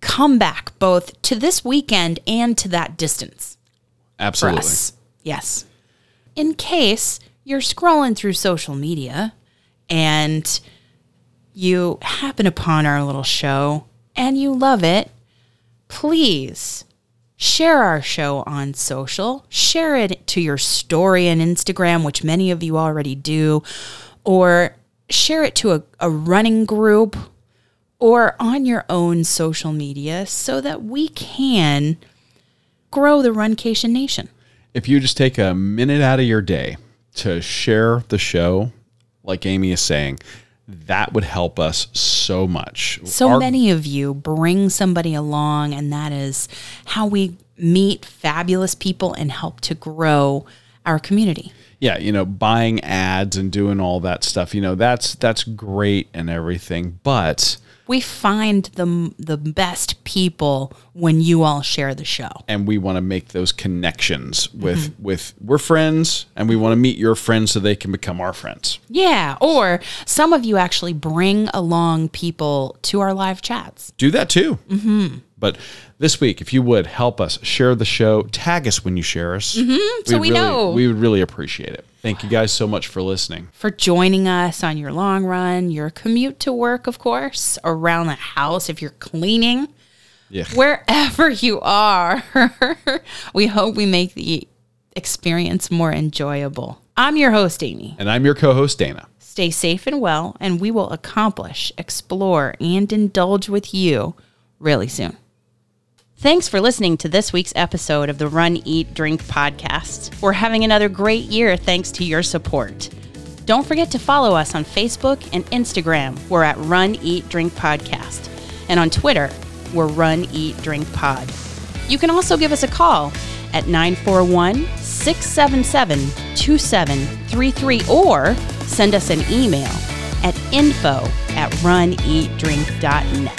Speaker 1: comeback, both to this weekend and to that distance for
Speaker 3: Absolutely.
Speaker 1: us. Yes. In case you're scrolling through social media and you happen upon our little show and you love it, please share our show on social. Share it to your story and Instagram, which many of you already do, or share it to a, a running group or on your own social media so that we can grow the Runcation Nation.
Speaker 3: if you just take a minute out of your day to share the show, like Amy is saying, that would help us so much.
Speaker 1: So
Speaker 3: Our-
Speaker 1: many of you bring somebody along, and that is how we meet fabulous people and help to grow our community.
Speaker 3: Yeah, you know, buying ads and doing all that stuff, you know, that's that's great and everything, but
Speaker 1: We find the the best people when you all share the show.
Speaker 3: and we want to make those connections with
Speaker 1: Mm-hmm.
Speaker 3: with we're friends and we want to meet your friends so they can become our friends.
Speaker 1: Yeah, or some of you actually bring along people to our live chats.
Speaker 3: do that too. Mm-hmm. But this week, if you would help us share the show, tag us when you share us. Mm-hmm,
Speaker 1: so we know.
Speaker 3: We would really appreciate it. Thank you guys so much for listening.
Speaker 1: for joining us on your long run, your commute to work, of course, around the house if you're cleaning,
Speaker 3: Yeah.
Speaker 1: wherever you are. <laughs> we hope we make the experience more enjoyable. I'm your host, Amy.
Speaker 3: And I'm your co host, Dana.
Speaker 1: Stay safe and well, and we will accomplish, explore, and indulge with you really soon. Thanks for listening to this week's episode of the Run, Eat, Drink podcast. We're having another great year thanks to your support. Don't forget to follow us on Facebook and Instagram. We're at Run, Eat, Drink Podcast. And on Twitter, we're Run, Eat, Drink Pod. You can also give us a call at 941 677 2733 or send us an email at info at runeatdrink.net.